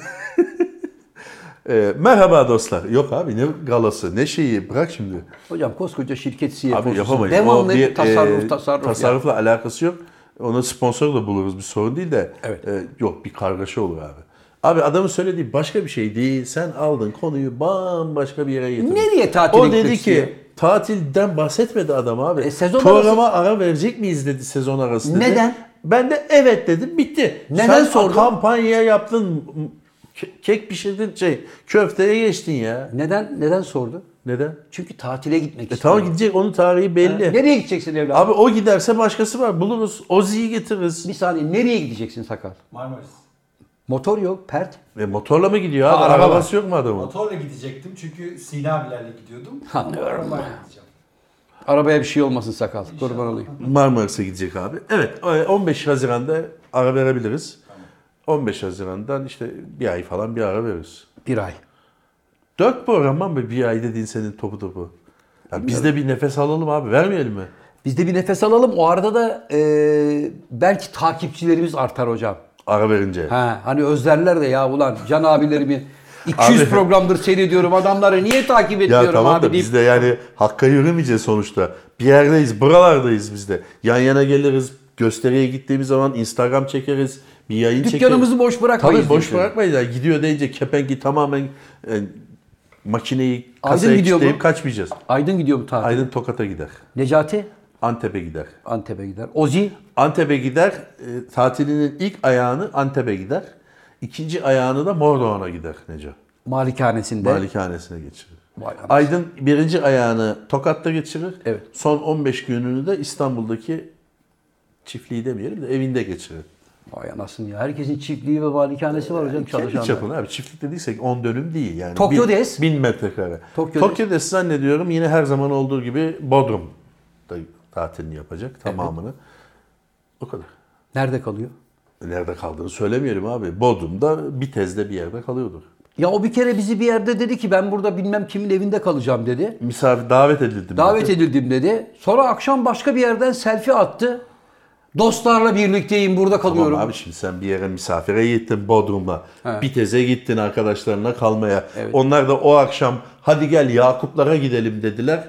S2: E, merhaba dostlar. Yok abi ne galası ne şeyi bırak şimdi.
S1: Hocam koskoca şirket CFO'su.
S2: Abi yapamayız.
S1: Devamlı
S2: O bir,
S1: tasarruf
S2: e,
S1: tasarruf. ya.
S2: tasarrufla alakası yok. Ona sponsor da buluruz bir sorun değil de.
S1: Evet.
S2: e, yok bir kargaşa olur abi. Abi adamın söylediği başka bir şey değil. Sen aldın konuyu bambaşka bir yere getirdin.
S1: Nereye tatil
S2: O
S1: gitmek
S2: dedi ki
S1: istiyor?
S2: tatilden bahsetmedi adam abi.
S1: E, sezon
S2: Programa ara verecek miyiz dedi sezon arası dedi.
S1: Neden?
S2: Ben de evet dedim bitti.
S1: Neden
S2: Sen
S1: sordun?
S2: kampanyaya yaptın ke- kek pişirdin şey köfteye geçtin ya.
S1: Neden neden sordu?
S2: Neden?
S1: Çünkü tatile gitmek
S2: E
S1: istiyor.
S2: tamam gidecek onun tarihi belli.
S1: Nereye gideceksin evladım?
S2: Abi o giderse başkası var. Buluruz. Ozi'yi getiririz.
S1: Bir saniye nereye gideceksin sakal?
S3: Marmaris.
S1: Motor yok, pert.
S2: E motorla mı gidiyor abi?
S1: Ha, araba
S2: Arabası yok mu adamın?
S3: Motorla gidecektim çünkü Sina Bilal'le gidiyordum.
S1: Anlıyorum.
S3: Arabayla gideceğim.
S1: Arabaya bir şey olmasın sakal. Kurban olayım.
S2: Marmaris'e gidecek abi. Evet e, 15 Haziran'da ara verebiliriz. 15 Haziran'dan işte bir ay falan bir ara veririz.
S1: Bir ay.
S2: 4 program mı bir ay dediğin senin topu topu? Ya biz de bir nefes alalım abi. Vermeyelim mi?
S1: Biz de bir nefes alalım. O arada da e, belki takipçilerimiz artar hocam.
S2: Ara verince.
S1: Ha, hani özlerler de ya ulan Can abilerimi 200
S2: Abi-
S1: programdır seyrediyorum adamları niye takip
S2: Ya
S1: etmiyorum
S2: tamam
S1: abi
S2: da
S1: deyip
S2: biz de yani hakka yürümeyeceğiz sonuçta. Bir yerdeyiz, buralardayız biz de. Yan yana geliriz, gösteriye gittiğimiz zaman Instagram çekeriz, bir yayın çekeriz.
S1: Dükkanımızı boş bırakmayız
S2: Tabii boş
S1: diyorsun.
S2: bırakmayız. Yani gidiyor deyince kepengi tamamen e, makineyi
S1: Aydın
S2: kasaya
S1: gidiyor
S2: kilitleyip
S1: mu?
S2: kaçmayacağız.
S1: Aydın gidiyor bu tatil.
S2: Aydın Tokat'a gider.
S1: Necati
S2: Antep'e gider.
S1: Antep'e gider. Ozi
S2: Antep'e gider, e, tatilinin ilk ayağını Antep'e gider. İkinci ayağını da Mordoğan'a gider Neco.
S1: malikanesinde.
S2: Malikanesine geçirir.
S1: Vay anasını.
S2: Aydın birinci ayağını Tokat'ta geçirir.
S1: Evet.
S2: Son 15 gününü de İstanbul'daki çiftliği demeyelim de evinde geçirir.
S1: Vay anasını ya. Herkesin çiftliği ve malikanesi var hocam
S2: Kendi
S1: çalışanlar.
S2: çapına abi çiftlik dediysek 10 dönüm değil yani.
S1: Tokyo
S2: bin,
S1: Des.
S2: Bin metrekare.
S1: Tokyo
S2: Tokyo, Des zannediyorum yine her zaman olduğu gibi Bodrum'da tatilini yapacak tamamını. O kadar.
S1: Nerede kalıyor?
S2: Nerede kaldığını söylemiyorum abi. Bodrum'da bir tezde bir yerde kalıyordur.
S1: Ya o bir kere bizi bir yerde dedi ki ben burada bilmem kimin evinde kalacağım dedi.
S2: Misafir davet edildim.
S1: Davet
S2: dedi.
S1: edildim dedi. Sonra akşam başka bir yerden selfie attı. Dostlarla birlikteyim burada kalıyorum.
S2: Tamam abi şimdi sen bir yere misafire gittin Bodrum'a.
S1: He.
S2: Bitez'e gittin arkadaşlarına kalmaya.
S1: Evet.
S2: Onlar da o akşam hadi gel Yakuplara gidelim dediler.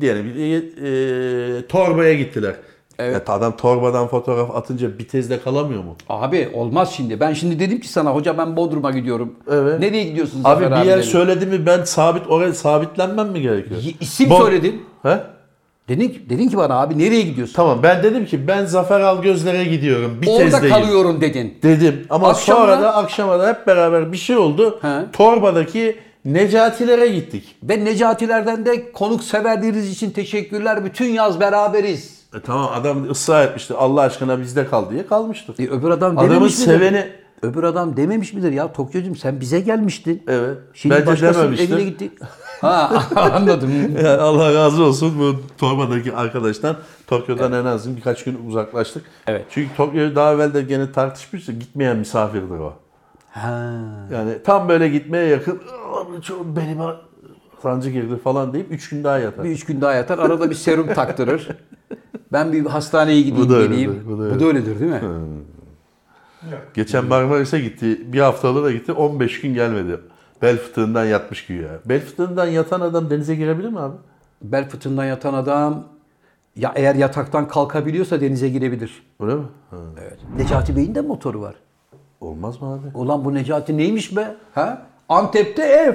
S2: Diyelim e, e, torbaya gittiler. Evet. adam torbadan fotoğraf atınca Bitez'de kalamıyor mu?
S1: Abi olmaz şimdi. Ben şimdi dedim ki sana hoca ben Bodrum'a gidiyorum.
S2: Evet.
S1: Nereye gidiyorsun
S2: Abi
S1: Zafer
S2: bir yer
S1: dedim.
S2: söyledi mi ben sabit oraya sabitlenmem mi gerekiyor?
S1: Y- isim
S2: Bo-
S1: söyledin.
S2: He?
S1: Dedin ki, dedin ki bana abi nereye gidiyorsun?
S2: Tamam ben dedim ki ben Zafer Algözler'e gidiyorum. Bir
S1: Orada
S2: tezdeyim.
S1: kalıyorum dedin.
S2: Dedim ama
S1: Akşamına-
S2: sonra da akşama da hep beraber bir şey oldu.
S1: He.
S2: Torbadaki Necatilere gittik.
S1: Ve Necatilerden de konuk severleriniz için teşekkürler. Bütün yaz beraberiz.
S2: E, tamam adam ısrar etmişti. Allah aşkına bizde kal diye kalmıştır.
S1: E, öbür adam dememiş
S2: Adamın
S1: midir?
S2: seveni
S1: Öbür adam dememiş midir ya Tokyo'cum sen bize gelmiştin.
S2: evet.
S1: Şimdi
S2: Bence
S1: başkasının
S2: dememiştir.
S1: evine gitti. Ha anladım.
S2: Yani Allah razı olsun bu torbadaki arkadaştan. Tokyo'dan en azından birkaç gün uzaklaştık.
S1: Evet.
S2: Çünkü Tokyo'yu daha evvel de gene tartışmıştık. Gitmeyen misafirdir o.
S1: Ha.
S2: Yani tam böyle gitmeye yakın "Aa, çok benim sancı girdi falan deyip 3 gün daha yatar.
S1: Bir üç gün daha yatar. Arada bir serum taktırır. Ben bir hastaneye gideyim
S2: Bu da
S1: geleyim.
S2: öyledir,
S1: bu,
S2: bu
S1: da
S2: da öyle.
S1: öyledir değil mi?
S3: Yok.
S2: Geçen Marmaris'e gitti. Bir haftalığına gitti. 15 gün gelmedi. Bel fıtığından yatmış güya. Bel fıtığından yatan adam denize girebilir mi abi?
S1: Bel fıtığından yatan adam ya eğer yataktan kalkabiliyorsa denize girebilir.
S2: Öyle mi? Ha.
S1: Necati Bey'in de motoru var.
S2: Olmaz mı abi?
S1: Ulan bu Necati neymiş be? Ha? Antep'te ev.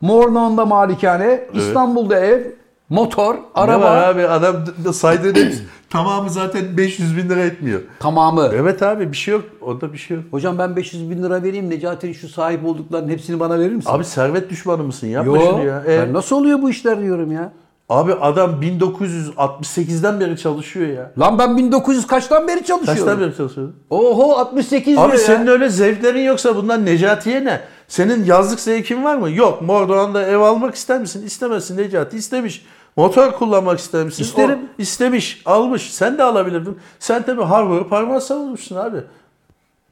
S1: Mornağında malikane, İstanbul'da ev, motor,
S2: Ne var
S1: araba
S2: abi? Adam d- d- saydığın hepsi- tamamı zaten 500 bin lira etmiyor.
S1: tamamı.
S2: Evet abi bir şey yok. Onda bir şey yok.
S1: Hocam ben 500 bin lira vereyim Necati'nin şu sahip olduklarının hepsini bana verir misin?
S2: Abi servet düşmanı mısın? Yapma
S1: Yo,
S2: şunu ya. E,
S1: ben nasıl oluyor bu işler diyorum ya.
S2: Abi adam 1968'den beri çalışıyor ya.
S1: Lan ben 1900 kaçtan beri çalışıyorum?
S2: Kaçtan beri çalışıyorsun?
S1: Oho 68
S2: Abi
S1: diyor
S2: senin
S1: ya.
S2: öyle zevklerin yoksa bundan Necati'ye ne? Senin yazlık zevkin var mı? Yok. Mordoğan'da ev almak ister misin? İstemezsin Necati. istemiş. Motor kullanmak ister misin?
S1: İsterim.
S2: O istemiş. Almış. Sen de alabilirdin. Sen tabii har vurup harman savurmuşsun abi.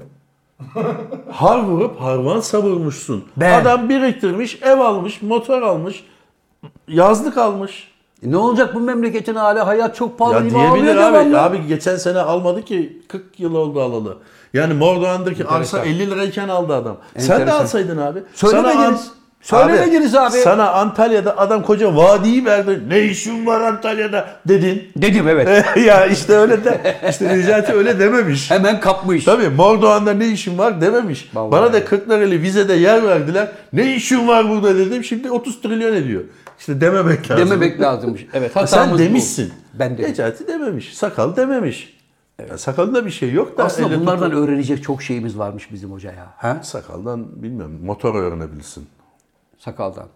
S2: har vurup harman savurmuşsun.
S1: Ben.
S2: Adam biriktirmiş. Ev almış. Motor almış. Yazlık almış.
S1: E Ne olacak bu memleketin hali? Hayat çok pahalı.
S2: Ya
S1: değil mi?
S2: diyebilir
S1: Ağlıyor
S2: abi.
S1: devamlı.
S2: Abi geçen sene almadı ki 40 yıl oldu alalı. Yani Mordoğan'daki arsa 50 lirayken aldı adam. Sen de
S1: Enteresan.
S2: alsaydın abi.
S1: Söylemediniz.
S2: Sana An-
S1: Söylemediniz abi.
S2: Sana Antalya'da adam koca vadiyi verdi. Ne işin var Antalya'da dedin.
S1: Dedim evet.
S2: ya işte öyle de işte Necati öyle dememiş.
S1: Hemen kapmış.
S2: Tabii Mordoğan'da ne işin var dememiş.
S1: Vallahi
S2: Bana da 40 liralık vizede yer verdiler. Ne işin var burada dedim. Şimdi 30 trilyon ediyor. İşte dememek lazım.
S1: Dememek lazımmış. Evet
S2: Ha, sen
S1: hatamız bu.
S2: demişsin.
S1: Ben demişim.
S2: Necati dememiş. Sakal dememiş. Ya sakalında bir şey yok da.
S1: Aslında
S2: elle
S1: bunlardan
S2: tutun.
S1: öğrenecek çok şeyimiz varmış bizim hoca ya. Ha?
S2: Sakaldan bilmiyorum motor öğrenebilirsin.
S1: Sakaldan.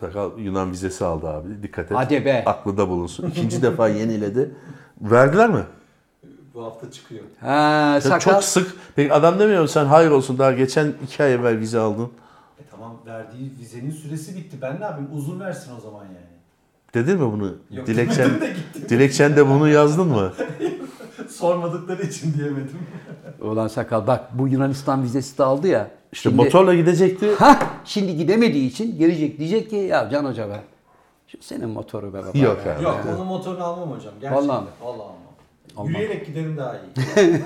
S2: Sakal Yunan vizesi aldı abi. Dikkat et.
S1: Hadi be.
S2: Aklında bulunsun. İkinci defa yeniledi. Verdiler mi?
S3: Bu hafta çıkıyor.
S1: Ha,
S2: Ya
S1: sakal.
S2: Çok sık. Peki adam demiyor mu sen hayır olsun daha geçen iki ay evvel vize aldın.
S3: E tamam verdiği vizenin süresi bitti. Ben ne yapayım? Uzun versin o zaman yani.
S2: Dedin mi bunu?
S3: Yok,
S2: Dilekçen,
S3: demedim de gittim.
S2: dilekçen de bunu yazdın mı?
S3: Sormadıkları için diyemedim.
S1: Ulan sakal bak bu Yunanistan vizesi de aldı ya.
S2: İşte
S1: Şimdi-
S2: motorla gidecekti.
S1: Hah, şimdi gidemediği için gelecek diyecek ki ya Can Hoca be. Şu senin motoru be baba.
S2: Yok
S1: be.
S2: abi.
S3: Yok onun motorunu almam hocam. Gerçekten.
S1: Vallahi mi?
S3: Vallahi almam. Yürüyerek giderim daha iyi.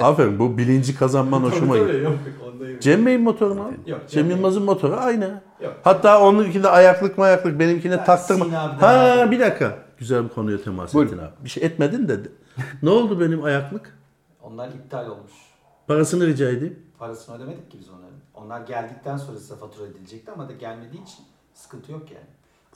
S2: Aferin bu bilinci kazanman hoşuma gitti.
S3: Tabii, Yok yok ondayım.
S2: Cem Bey'in motoru mu? Cem,
S3: Yok, Cem Bey.
S2: Yılmaz'ın motoru aynı.
S3: Yok.
S2: Hatta onunkinde ayaklık mayaklık benimkine taktırma.
S3: Sinan abiden
S2: Ha
S3: aldım.
S2: bir dakika. Güzel bir konuya temas
S1: Buyurun.
S2: ettin abi. Bir şey etmedin de. Ne oldu benim ayaklık?
S3: Onlar iptal olmuş.
S2: Parasını rica edeyim.
S3: Parasını ödemedik ki biz onların. Onlar geldikten sonra size fatura edilecekti ama da gelmediği için sıkıntı yok yani.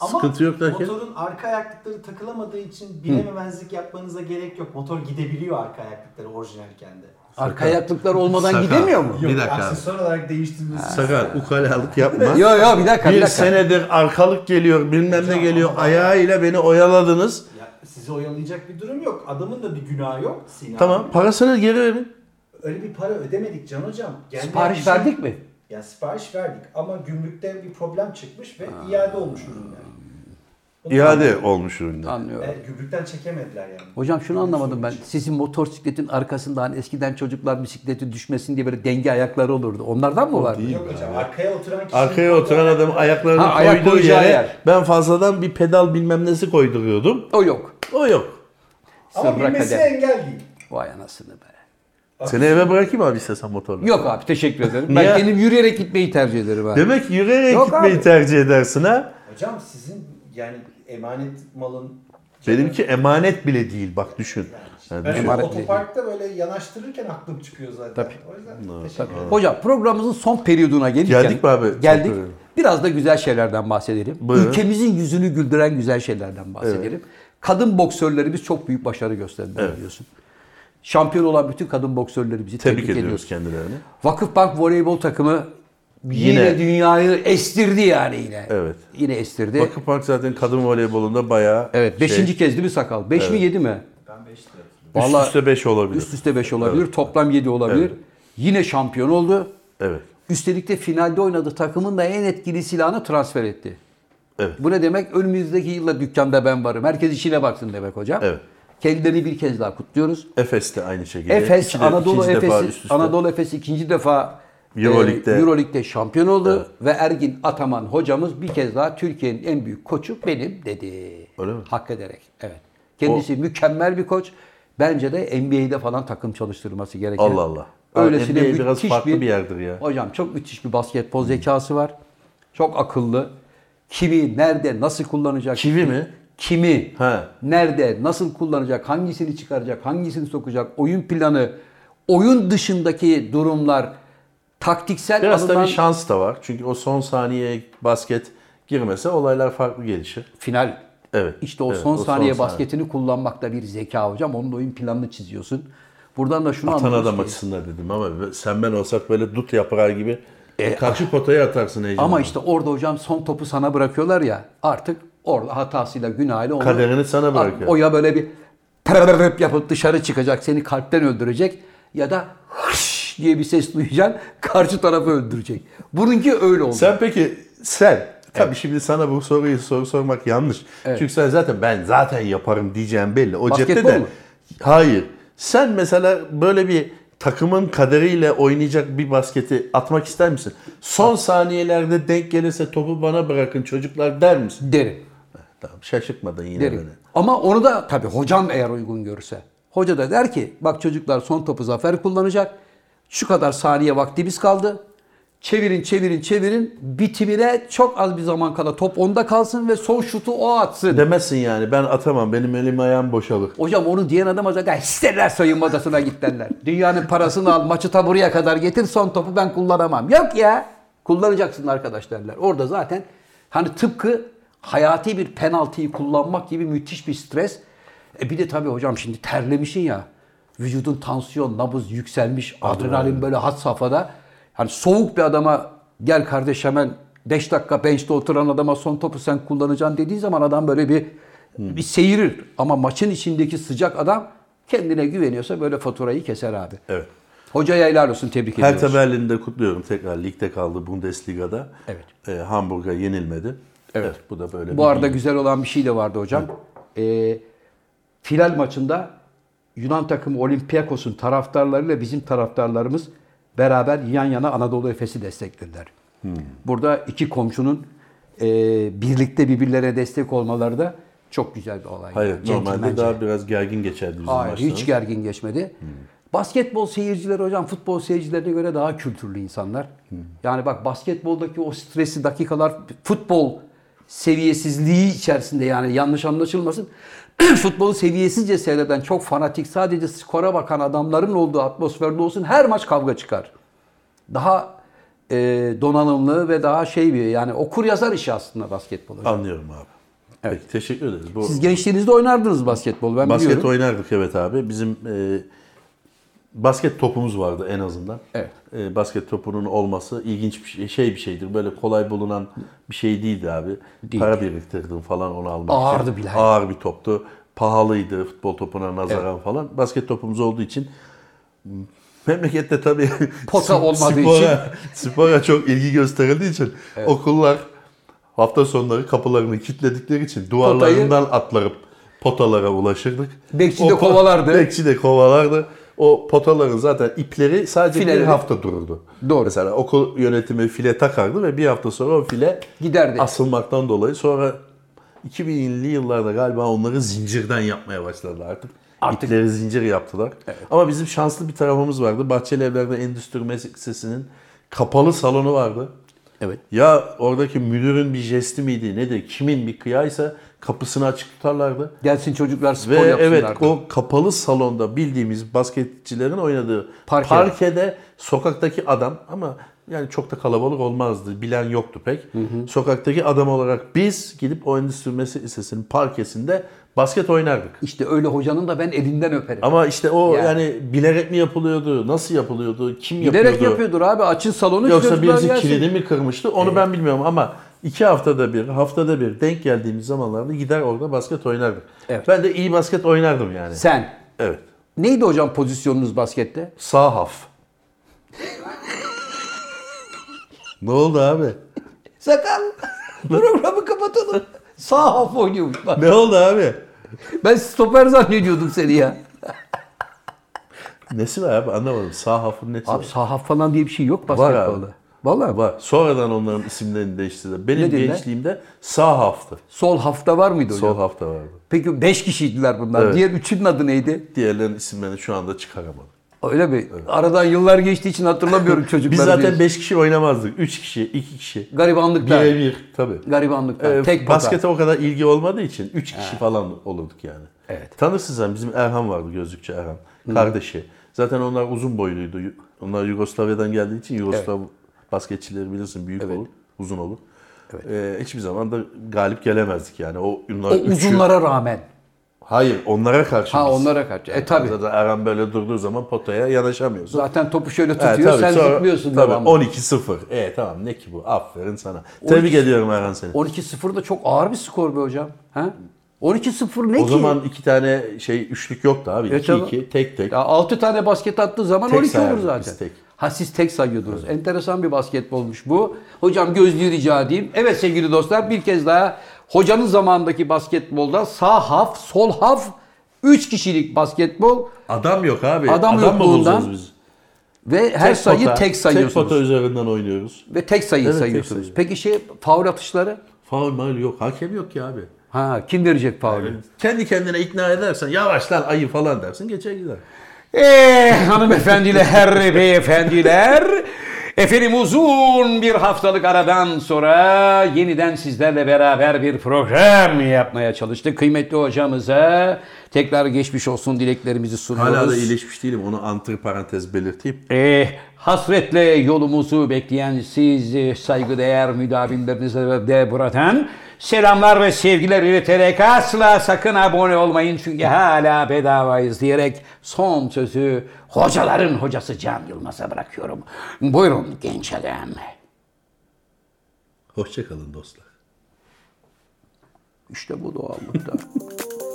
S3: Ama
S2: Sıkıntı yok derken?
S3: motorun arka ayaklıkları takılamadığı için bilememezlik yapmanıza gerek yok. Motor gidebiliyor arka ayaklıkları orijinalken de.
S1: Arka ayaklıklar olmadan
S2: Sakal.
S1: gidemiyor mu?
S2: Bir
S3: Yok,
S2: dakika abi.
S3: aksesuar olarak değiştirmesi.
S2: Sakar ukalalık yapma.
S1: Yok yok bir dakika bir,
S2: bir
S1: dakika.
S2: senedir arkalık geliyor bilmem ne
S3: Hocam,
S2: geliyor
S3: ama-
S2: ayağıyla beni oyaladınız.
S3: Ya, sizi oyalayacak bir durum yok. Adamın da bir günahı yok. Sinan.
S2: Tamam parasını geri verin.
S3: Öyle bir para ödemedik Can Hocam. Gelmeyen
S1: Sipariş
S3: bir şey-
S1: verdik mi?
S3: Ya sipariş verdik ama gümrükte bir problem çıkmış ve iade olmuş ürünler.
S2: İade olmuş ürünler.
S1: Anlıyorum.
S3: E, gübrükten çekemediler yani.
S1: Hocam şunu anlamadım ben. Sizin motosikletin arkasında hani eskiden çocuklar bisikleti düşmesin diye böyle denge ayakları olurdu. Onlardan mı var?
S3: Yok hocam arkaya oturan kişi.
S2: Arkaya oturan adam ayaklarını
S1: Ha, ayak
S2: koyduğu
S1: koyacağı
S2: yere
S1: yer.
S2: ben fazladan bir pedal bilmem nesi koyduruyordum.
S1: O yok.
S2: O yok.
S3: Ama
S1: Sabra
S3: bilmesi
S1: kader.
S3: engel değil.
S1: Vay anasını be.
S2: Ah. Seni eve bırakayım abi istesen motorla.
S1: Yok abi teşekkür ederim.
S2: Niye?
S1: Ben kendim yürüyerek gitmeyi tercih ederim abi.
S2: Demek ki yürüyerek
S1: Yok
S2: gitmeyi
S1: abi.
S2: tercih edersin ha.
S3: Hocam sizin yani emanet malın
S2: Benimki emanet bile değil bak düşün. Yani
S3: Ben
S2: düşün.
S1: Emanet-
S3: otoparkta böyle yanaştırırken aklım çıkıyor zaten. O yüzden teşekkür ederim.
S1: Hocam programımızın son periyoduna gelirken.
S2: Geldik mi abi?
S1: Geldik.
S2: Son periyoda.
S1: Biraz da güzel şeylerden bahsedelim.
S2: Buyurun.
S1: Ülkemizin yüzünü güldüren güzel şeylerden bahsedelim. Kadın boksörlerimiz çok büyük başarı gösterdiler biliyorsun. Şampiyon olan bütün kadın boksörlerimizi
S2: Tebrik,
S1: tebrik,
S2: ediyoruz kendilerini.
S1: Vakıfbank voleybol takımı yine,
S2: Yine.
S1: dünyayı estirdi yani yine.
S2: Evet.
S1: Yine estirdi.
S2: Bakın Park zaten kadın voleybolunda bayağı
S1: E- evet, beşinci
S2: şey,
S1: kez değil mi sakal? Beş mi yedi mi?
S3: Ben 5 lira hatırlıyorum.
S1: Vallahi
S2: üst üste 5 olabilir.
S1: üst üste beş olabilir. Toplam yedi olabilir. Yine şampiyon oldu.
S2: Evet.
S1: Üstelik de finalde oynadığı takımın da en etkili silahını transfer etti.
S2: Evet.
S1: Bu ne demek? Önümüzdeki yılda dükkanda ben varım. Herkes işine baksın demek hocam.
S2: Evet.
S1: Kendilerini bir kez daha kutluyoruz.
S2: Efes de aynı şekilde.
S1: Efes,
S2: İki de-
S1: Anadolu
S2: ikinci defa
S1: Efes,
S2: üst üste.
S1: Anadolu Efes ikinci defa
S2: Euroleague'de-
S1: e, Euroleague'de şampiyon oldu ve Ergin Ataman hocamız bir kez daha Türkiye'nin en büyük koçu benim dedi.
S2: Öyle mi?
S1: Hak ederek. Evet. Kendisi mükemmel bir koç. Bence de NBA'de falan takım çalıştırması gereken.
S2: Allah Allah.
S1: Öylesine
S2: NBA biraz
S1: müthiş
S2: farklı bir yerdir ya.
S1: Hocam çok müthiş bir basketbol zekası var. Çok akıllı. Kimi, nerede, nasıl kullanacak?
S2: Kivi mi?
S1: kimi,
S2: Ha.
S1: nerede, nasıl kullanacak, hangisini çıkaracak, hangisini sokacak, oyun planı, oyun dışındaki durumlar, taktiksel
S2: Biraz
S1: alınan-
S2: tabii şans da var. Çünkü o son saniye basket girmese olaylar farklı gelişir.
S1: final.
S2: Evet,
S1: İşte o
S2: evet,
S1: son
S2: o son
S1: saniye
S2: saniye.
S1: basketini kullanmakta bir zeka hocam. Onun oyun planını çiziyorsun. Buradan da şunu
S2: Atan
S1: anlıyoruz
S2: adam
S1: ki-
S2: açısında dedim ama sen ben olsak böyle dut yaprağı gibi karşı potaya atarsın heyecanla.
S1: E, Ama işte orada hocam son topu sana bırakıyorlar ya artık orada hatasıyla günahıyla onu...
S2: Kaderini sana bırakıyor.
S1: O ya böyle bir pererep yapıp dışarı çıkacak seni kalpten öldürecek ya da hış diye bir ses duyacaksın karşı tarafı öldürecek. Bununki öyle oldu.
S2: Sen peki sen tabii şimdi sana bu soruyu soru sormak yanlış. Çünkü sen zaten ben zaten yaparım diyeceğim belli. O
S1: Basketbol
S2: cepte de.
S1: mu?
S2: Hayır. Sen mesela böyle bir takımın kaderiyle oynayacak bir basketi atmak ister misin? Son saniyelerde denk gelirse topu bana bırakın çocuklar der misin?
S1: Derim.
S2: Tamam şaşırtmadan yine
S1: derim.
S2: beni.
S1: Ama onu da tabii hocam eğer uygun görürse. Hoca da der ki bak çocuklar son topu Zafer kullanacak. Şu kadar saniye vaktimiz kaldı. Çevirin çevirin çevirin. Bitimine çok az bir zaman kala top onda kalsın ve son şutu o atsın.
S2: Demesin yani ben atamam benim elim ayağım boşalır.
S1: Hocam onu diyen adam zaten isterler soyunma odasına git derler. Dünyanın parasını al maçı ta buraya kadar getir son topu ben kullanamam. Yok ya kullanacaksın arkadaş derler. Orada zaten hani tıpkı hayati bir penaltıyı kullanmak gibi müthiş bir stres. E bir de tabii hocam şimdi terlemişsin ya. Vücudun tansiyon, nabız yükselmiş, adrenalin böyle had safhada. Hani soğuk bir adama gel kardeş hemen 5 dakika bench'te oturan adama son topu sen kullanacaksın dediği zaman adam böyle bir bir seyirir ama maçın içindeki sıcak adam kendine güveniyorsa böyle faturayı keser abi.
S2: Evet.
S1: Hocaya helal olsun tebrik
S2: Her
S1: ediyoruz.
S2: Berlin'i de kutluyorum tekrar. Ligde kaldı Bundesliga'da.
S1: Evet.
S2: Ee, Hamburg'a yenilmedi. Evet. Bu da böyle
S1: Bu
S2: bir
S1: arada güzel olan bir şey de vardı hocam. Ee, final maçında Yunan takımı Olympiakos'un taraftarlarıyla bizim taraftarlarımız beraber yan yana Anadolu Efes'i desteklediler.
S2: Hmm.
S1: Burada iki komşunun e, birlikte birbirlerine destek olmaları da çok güzel bir olay.
S2: Hayır normalde
S1: Centilmence.
S2: daha biraz gergin geçerdi bizim
S1: Hayır,
S2: maçlarımız.
S1: hiç gergin geçmedi. Basketbol seyircileri hocam futbol seyircilerine göre daha kültürlü insanlar. Yani bak basketboldaki o stresi dakikalar futbol seviyesizliği içerisinde yani yanlış anlaşılmasın. Futbolu seviyesizce seyreden çok fanatik sadece skora bakan adamların olduğu atmosferde olsun her maç kavga çıkar. Daha e, donanımlı ve daha şey bir yani okur yazar işi aslında basketbol hocam.
S2: Anlıyorum abi. Peki teşekkür ederiz. Bu
S1: Siz gençliğinizde oynardınız basketbol ben
S2: basket
S1: biliyorum.
S2: oynardık evet abi. Bizim e, basket topumuz vardı en azından.
S1: Evet.
S2: E, basket topunun olması ilginç bir şey, şey bir şeydir. Böyle kolay bulunan bir şey değildi abi. Para biriktirdim falan onu almak
S1: Ağırdı
S2: için.
S1: bile.
S2: Ağır bir toptu. Pahalıydı futbol topuna nazaran falan. Basket topumuz olduğu için Memlekette tabii
S1: Pota olmadığı
S2: spora, spora çok ilgi gösterildiği için okullar hafta sonları kapılarını kilitledikleri için duvarlarından atlarıp potalara ulaşırdık.
S1: Bekçi
S2: O
S1: de
S2: po-
S1: kovalardı.
S2: Bekçi de kovalardı. O potaların zaten ipleri sadece
S1: Fileleri.
S2: bir hafta dururdu.
S1: Doğru.
S2: Mesela okul yönetimi file takardı ve bir hafta sonra o file
S1: Giderdi.
S2: asılmaktan dolayı sonra 2000'li yıllarda galiba onları zincirden yapmaya başladılar artık.
S1: Artık-
S2: İpleri zincir yaptılar. Ama bizim şanslı bir tarafımız vardı. Bahçeli Evler'de Endüstri Meslesi'nin kapalı salonu vardı.
S1: Evet.
S2: Ya oradaki müdürün bir jesti miydi nedir kimin bir kıyaysa kapısını açık tutarlardı.
S1: Gelsin çocuklar spor
S2: Ve
S1: yapsınlar.
S2: evet
S1: da.
S2: o kapalı salonda bildiğimiz basketçilerin oynadığı
S1: Parke.
S2: parkede sokaktaki adam ama yani çok da kalabalık olmazdı. Bilen yoktu pek. Sokaktaki adam olarak biz gidip o endüstri meslek lisesinin parkesinde basket oynardık.
S1: İşte öyle hocanın da ben elinden öperim.
S2: Ama işte o
S1: Yani.
S2: yani, bilerek mi yapılıyordu, nasıl yapılıyordu, kim
S1: Giderek
S2: yapıyordu?
S1: yapıyordur abi. Açın salonu
S2: Yoksa
S1: çocuklar
S2: birisi
S1: gelsin.
S2: kilidi mi kırmıştı onu ben bilmiyorum ama iki haftada bir, haftada bir denk geldiğimiz zamanlarda gider orada basket oynardık.
S1: Evet.
S2: Ben de iyi basket oynardım yani.
S1: Sen.
S2: Evet.
S1: Neydi hocam pozisyonunuz baskette?
S2: Sağ haf. ne oldu abi?
S1: Sakal. Programı kapatalım. Sağ haf oynuyormuş bak.
S2: Ne oldu abi?
S1: Ben stoper zannediyordum seni ya.
S2: Nesi var abi anlamadım. Sağ hafın nesi
S1: Abi
S2: var?
S1: sağ haf falan diye bir şey yok basketbolda.
S2: abi.
S1: Vallahi
S2: Var. Sonradan onların isimlerini değiştirdiler. Benim
S1: Ne dediler?
S2: gençliğimde sağ haftı.
S1: Sol hafta var mıydı hocam?
S2: Sol hafta vardı.
S1: Peki 5 kişiydiler bunlar.
S2: Evet.
S1: Diğer üçünün adı neydi?
S2: Diğerlerinin isimlerini şu anda çıkaramadım.
S1: Öyle mi? Aradan yıllar geçtiği için hatırlamıyorum çocuklar.
S2: Biz zaten
S1: diye.
S2: 5 kişi oynamazdık. 3 kişi, 2 kişi.
S1: garibanlıktan.
S2: Bire bir tabii.
S1: Garibanlıktan.
S2: Ee,
S1: Tek pota.
S2: baskete o kadar ilgi olmadığı için 3 kişi falan olurduk yani.
S1: Evet.
S2: Tanırsınız yani bizim Erhan vardı gözlükçü Erhan. Kardeşi. Zaten onlar uzun boyluydu. Yu- Onlar Yugoslavya'dan geldiği için Yugoslav basketçileri bilirsin büyük olur, uzun olur. Ee, hiçbir zaman da galip gelemezdik yani. O, onlar
S1: O
S2: üçü-
S1: uzunlara rağmen.
S2: Hayır onlara karşı.
S1: Ha
S2: biz.
S1: onlara karşı. E tabi.
S2: Zaten Erhan böyle durduğu zaman potaya yanaşamıyorsun.
S1: Zaten topu şöyle
S2: Ha,
S1: tutuyor.
S2: tabii,
S1: sen
S2: sonra-
S1: zıplıyorsun
S2: tabii,
S1: devamlı.
S2: 12-0. E tamam ne ki bu aferin sana. Tebrik ediyorum Erhan seni.
S1: 12-0 da çok ağır bir skor be hocam. Ha? 12-0 ne
S2: O
S1: ki?
S2: zaman iki tane şey üçlük yoktu abi.
S1: Evet
S2: iki
S1: abi.
S2: iki tek tek.
S1: Ya 6 tane basket attığı zaman
S2: Tek
S1: 12 olur
S2: sayardık
S1: zaten.
S2: biz tek.
S1: Ha siz tek sayıyordunuz. Enteresan bir basketbolmuş bu. Hocam gözlüğü rica edeyim. Evet sevgili dostlar bir kez daha hocanın zamandaki basketbolda sağ haf, sol haf, 3 kişilik basketbol
S2: Adam yok abi.
S1: Adam
S2: mı
S1: yokluğundan
S2: bulacağız biz?
S1: ve her
S2: Tek
S1: sayı
S2: pota,
S1: tek
S2: Tek pota
S1: sayıyorsunuz.
S2: üzerinden oynuyoruz.
S1: ve tek sayı
S2: Evet, tek
S1: sayıyorsunuz.
S2: sayı.
S1: Peki şey faul atışları?
S2: Faul maul yok. Hakem yok ki abi.
S1: Ha kim verecek faulü?
S2: Kendi kendine ikna edersen yavaş lan ayı falan dersin geçer gider.
S1: Eee Eh, hanımefendiler, beyefendiler. Efendim uzun bir haftalık aradan sonra yeniden sizlerle beraber bir program yapmaya çalıştık. Kıymetli hocamıza tekrar geçmiş olsun dileklerimizi sunuyoruz.
S2: Hala da iyileşmiş değilim. Onu antır parantez belirteyim.
S1: Eh, hasretle yolumuzu bekleyen siz eh, saygıdeğer müdavimlerinize ve de buradan selamlar ve sevgiler ileterek asla sakın abone olmayın çünkü hala bedavayız diyerek son sözü hocaların hocası Can Yılmaz'a bırakıyorum. Buyurun genç adam.
S2: Hoşçakalın dostlar.
S1: İşte bu doğallıkta.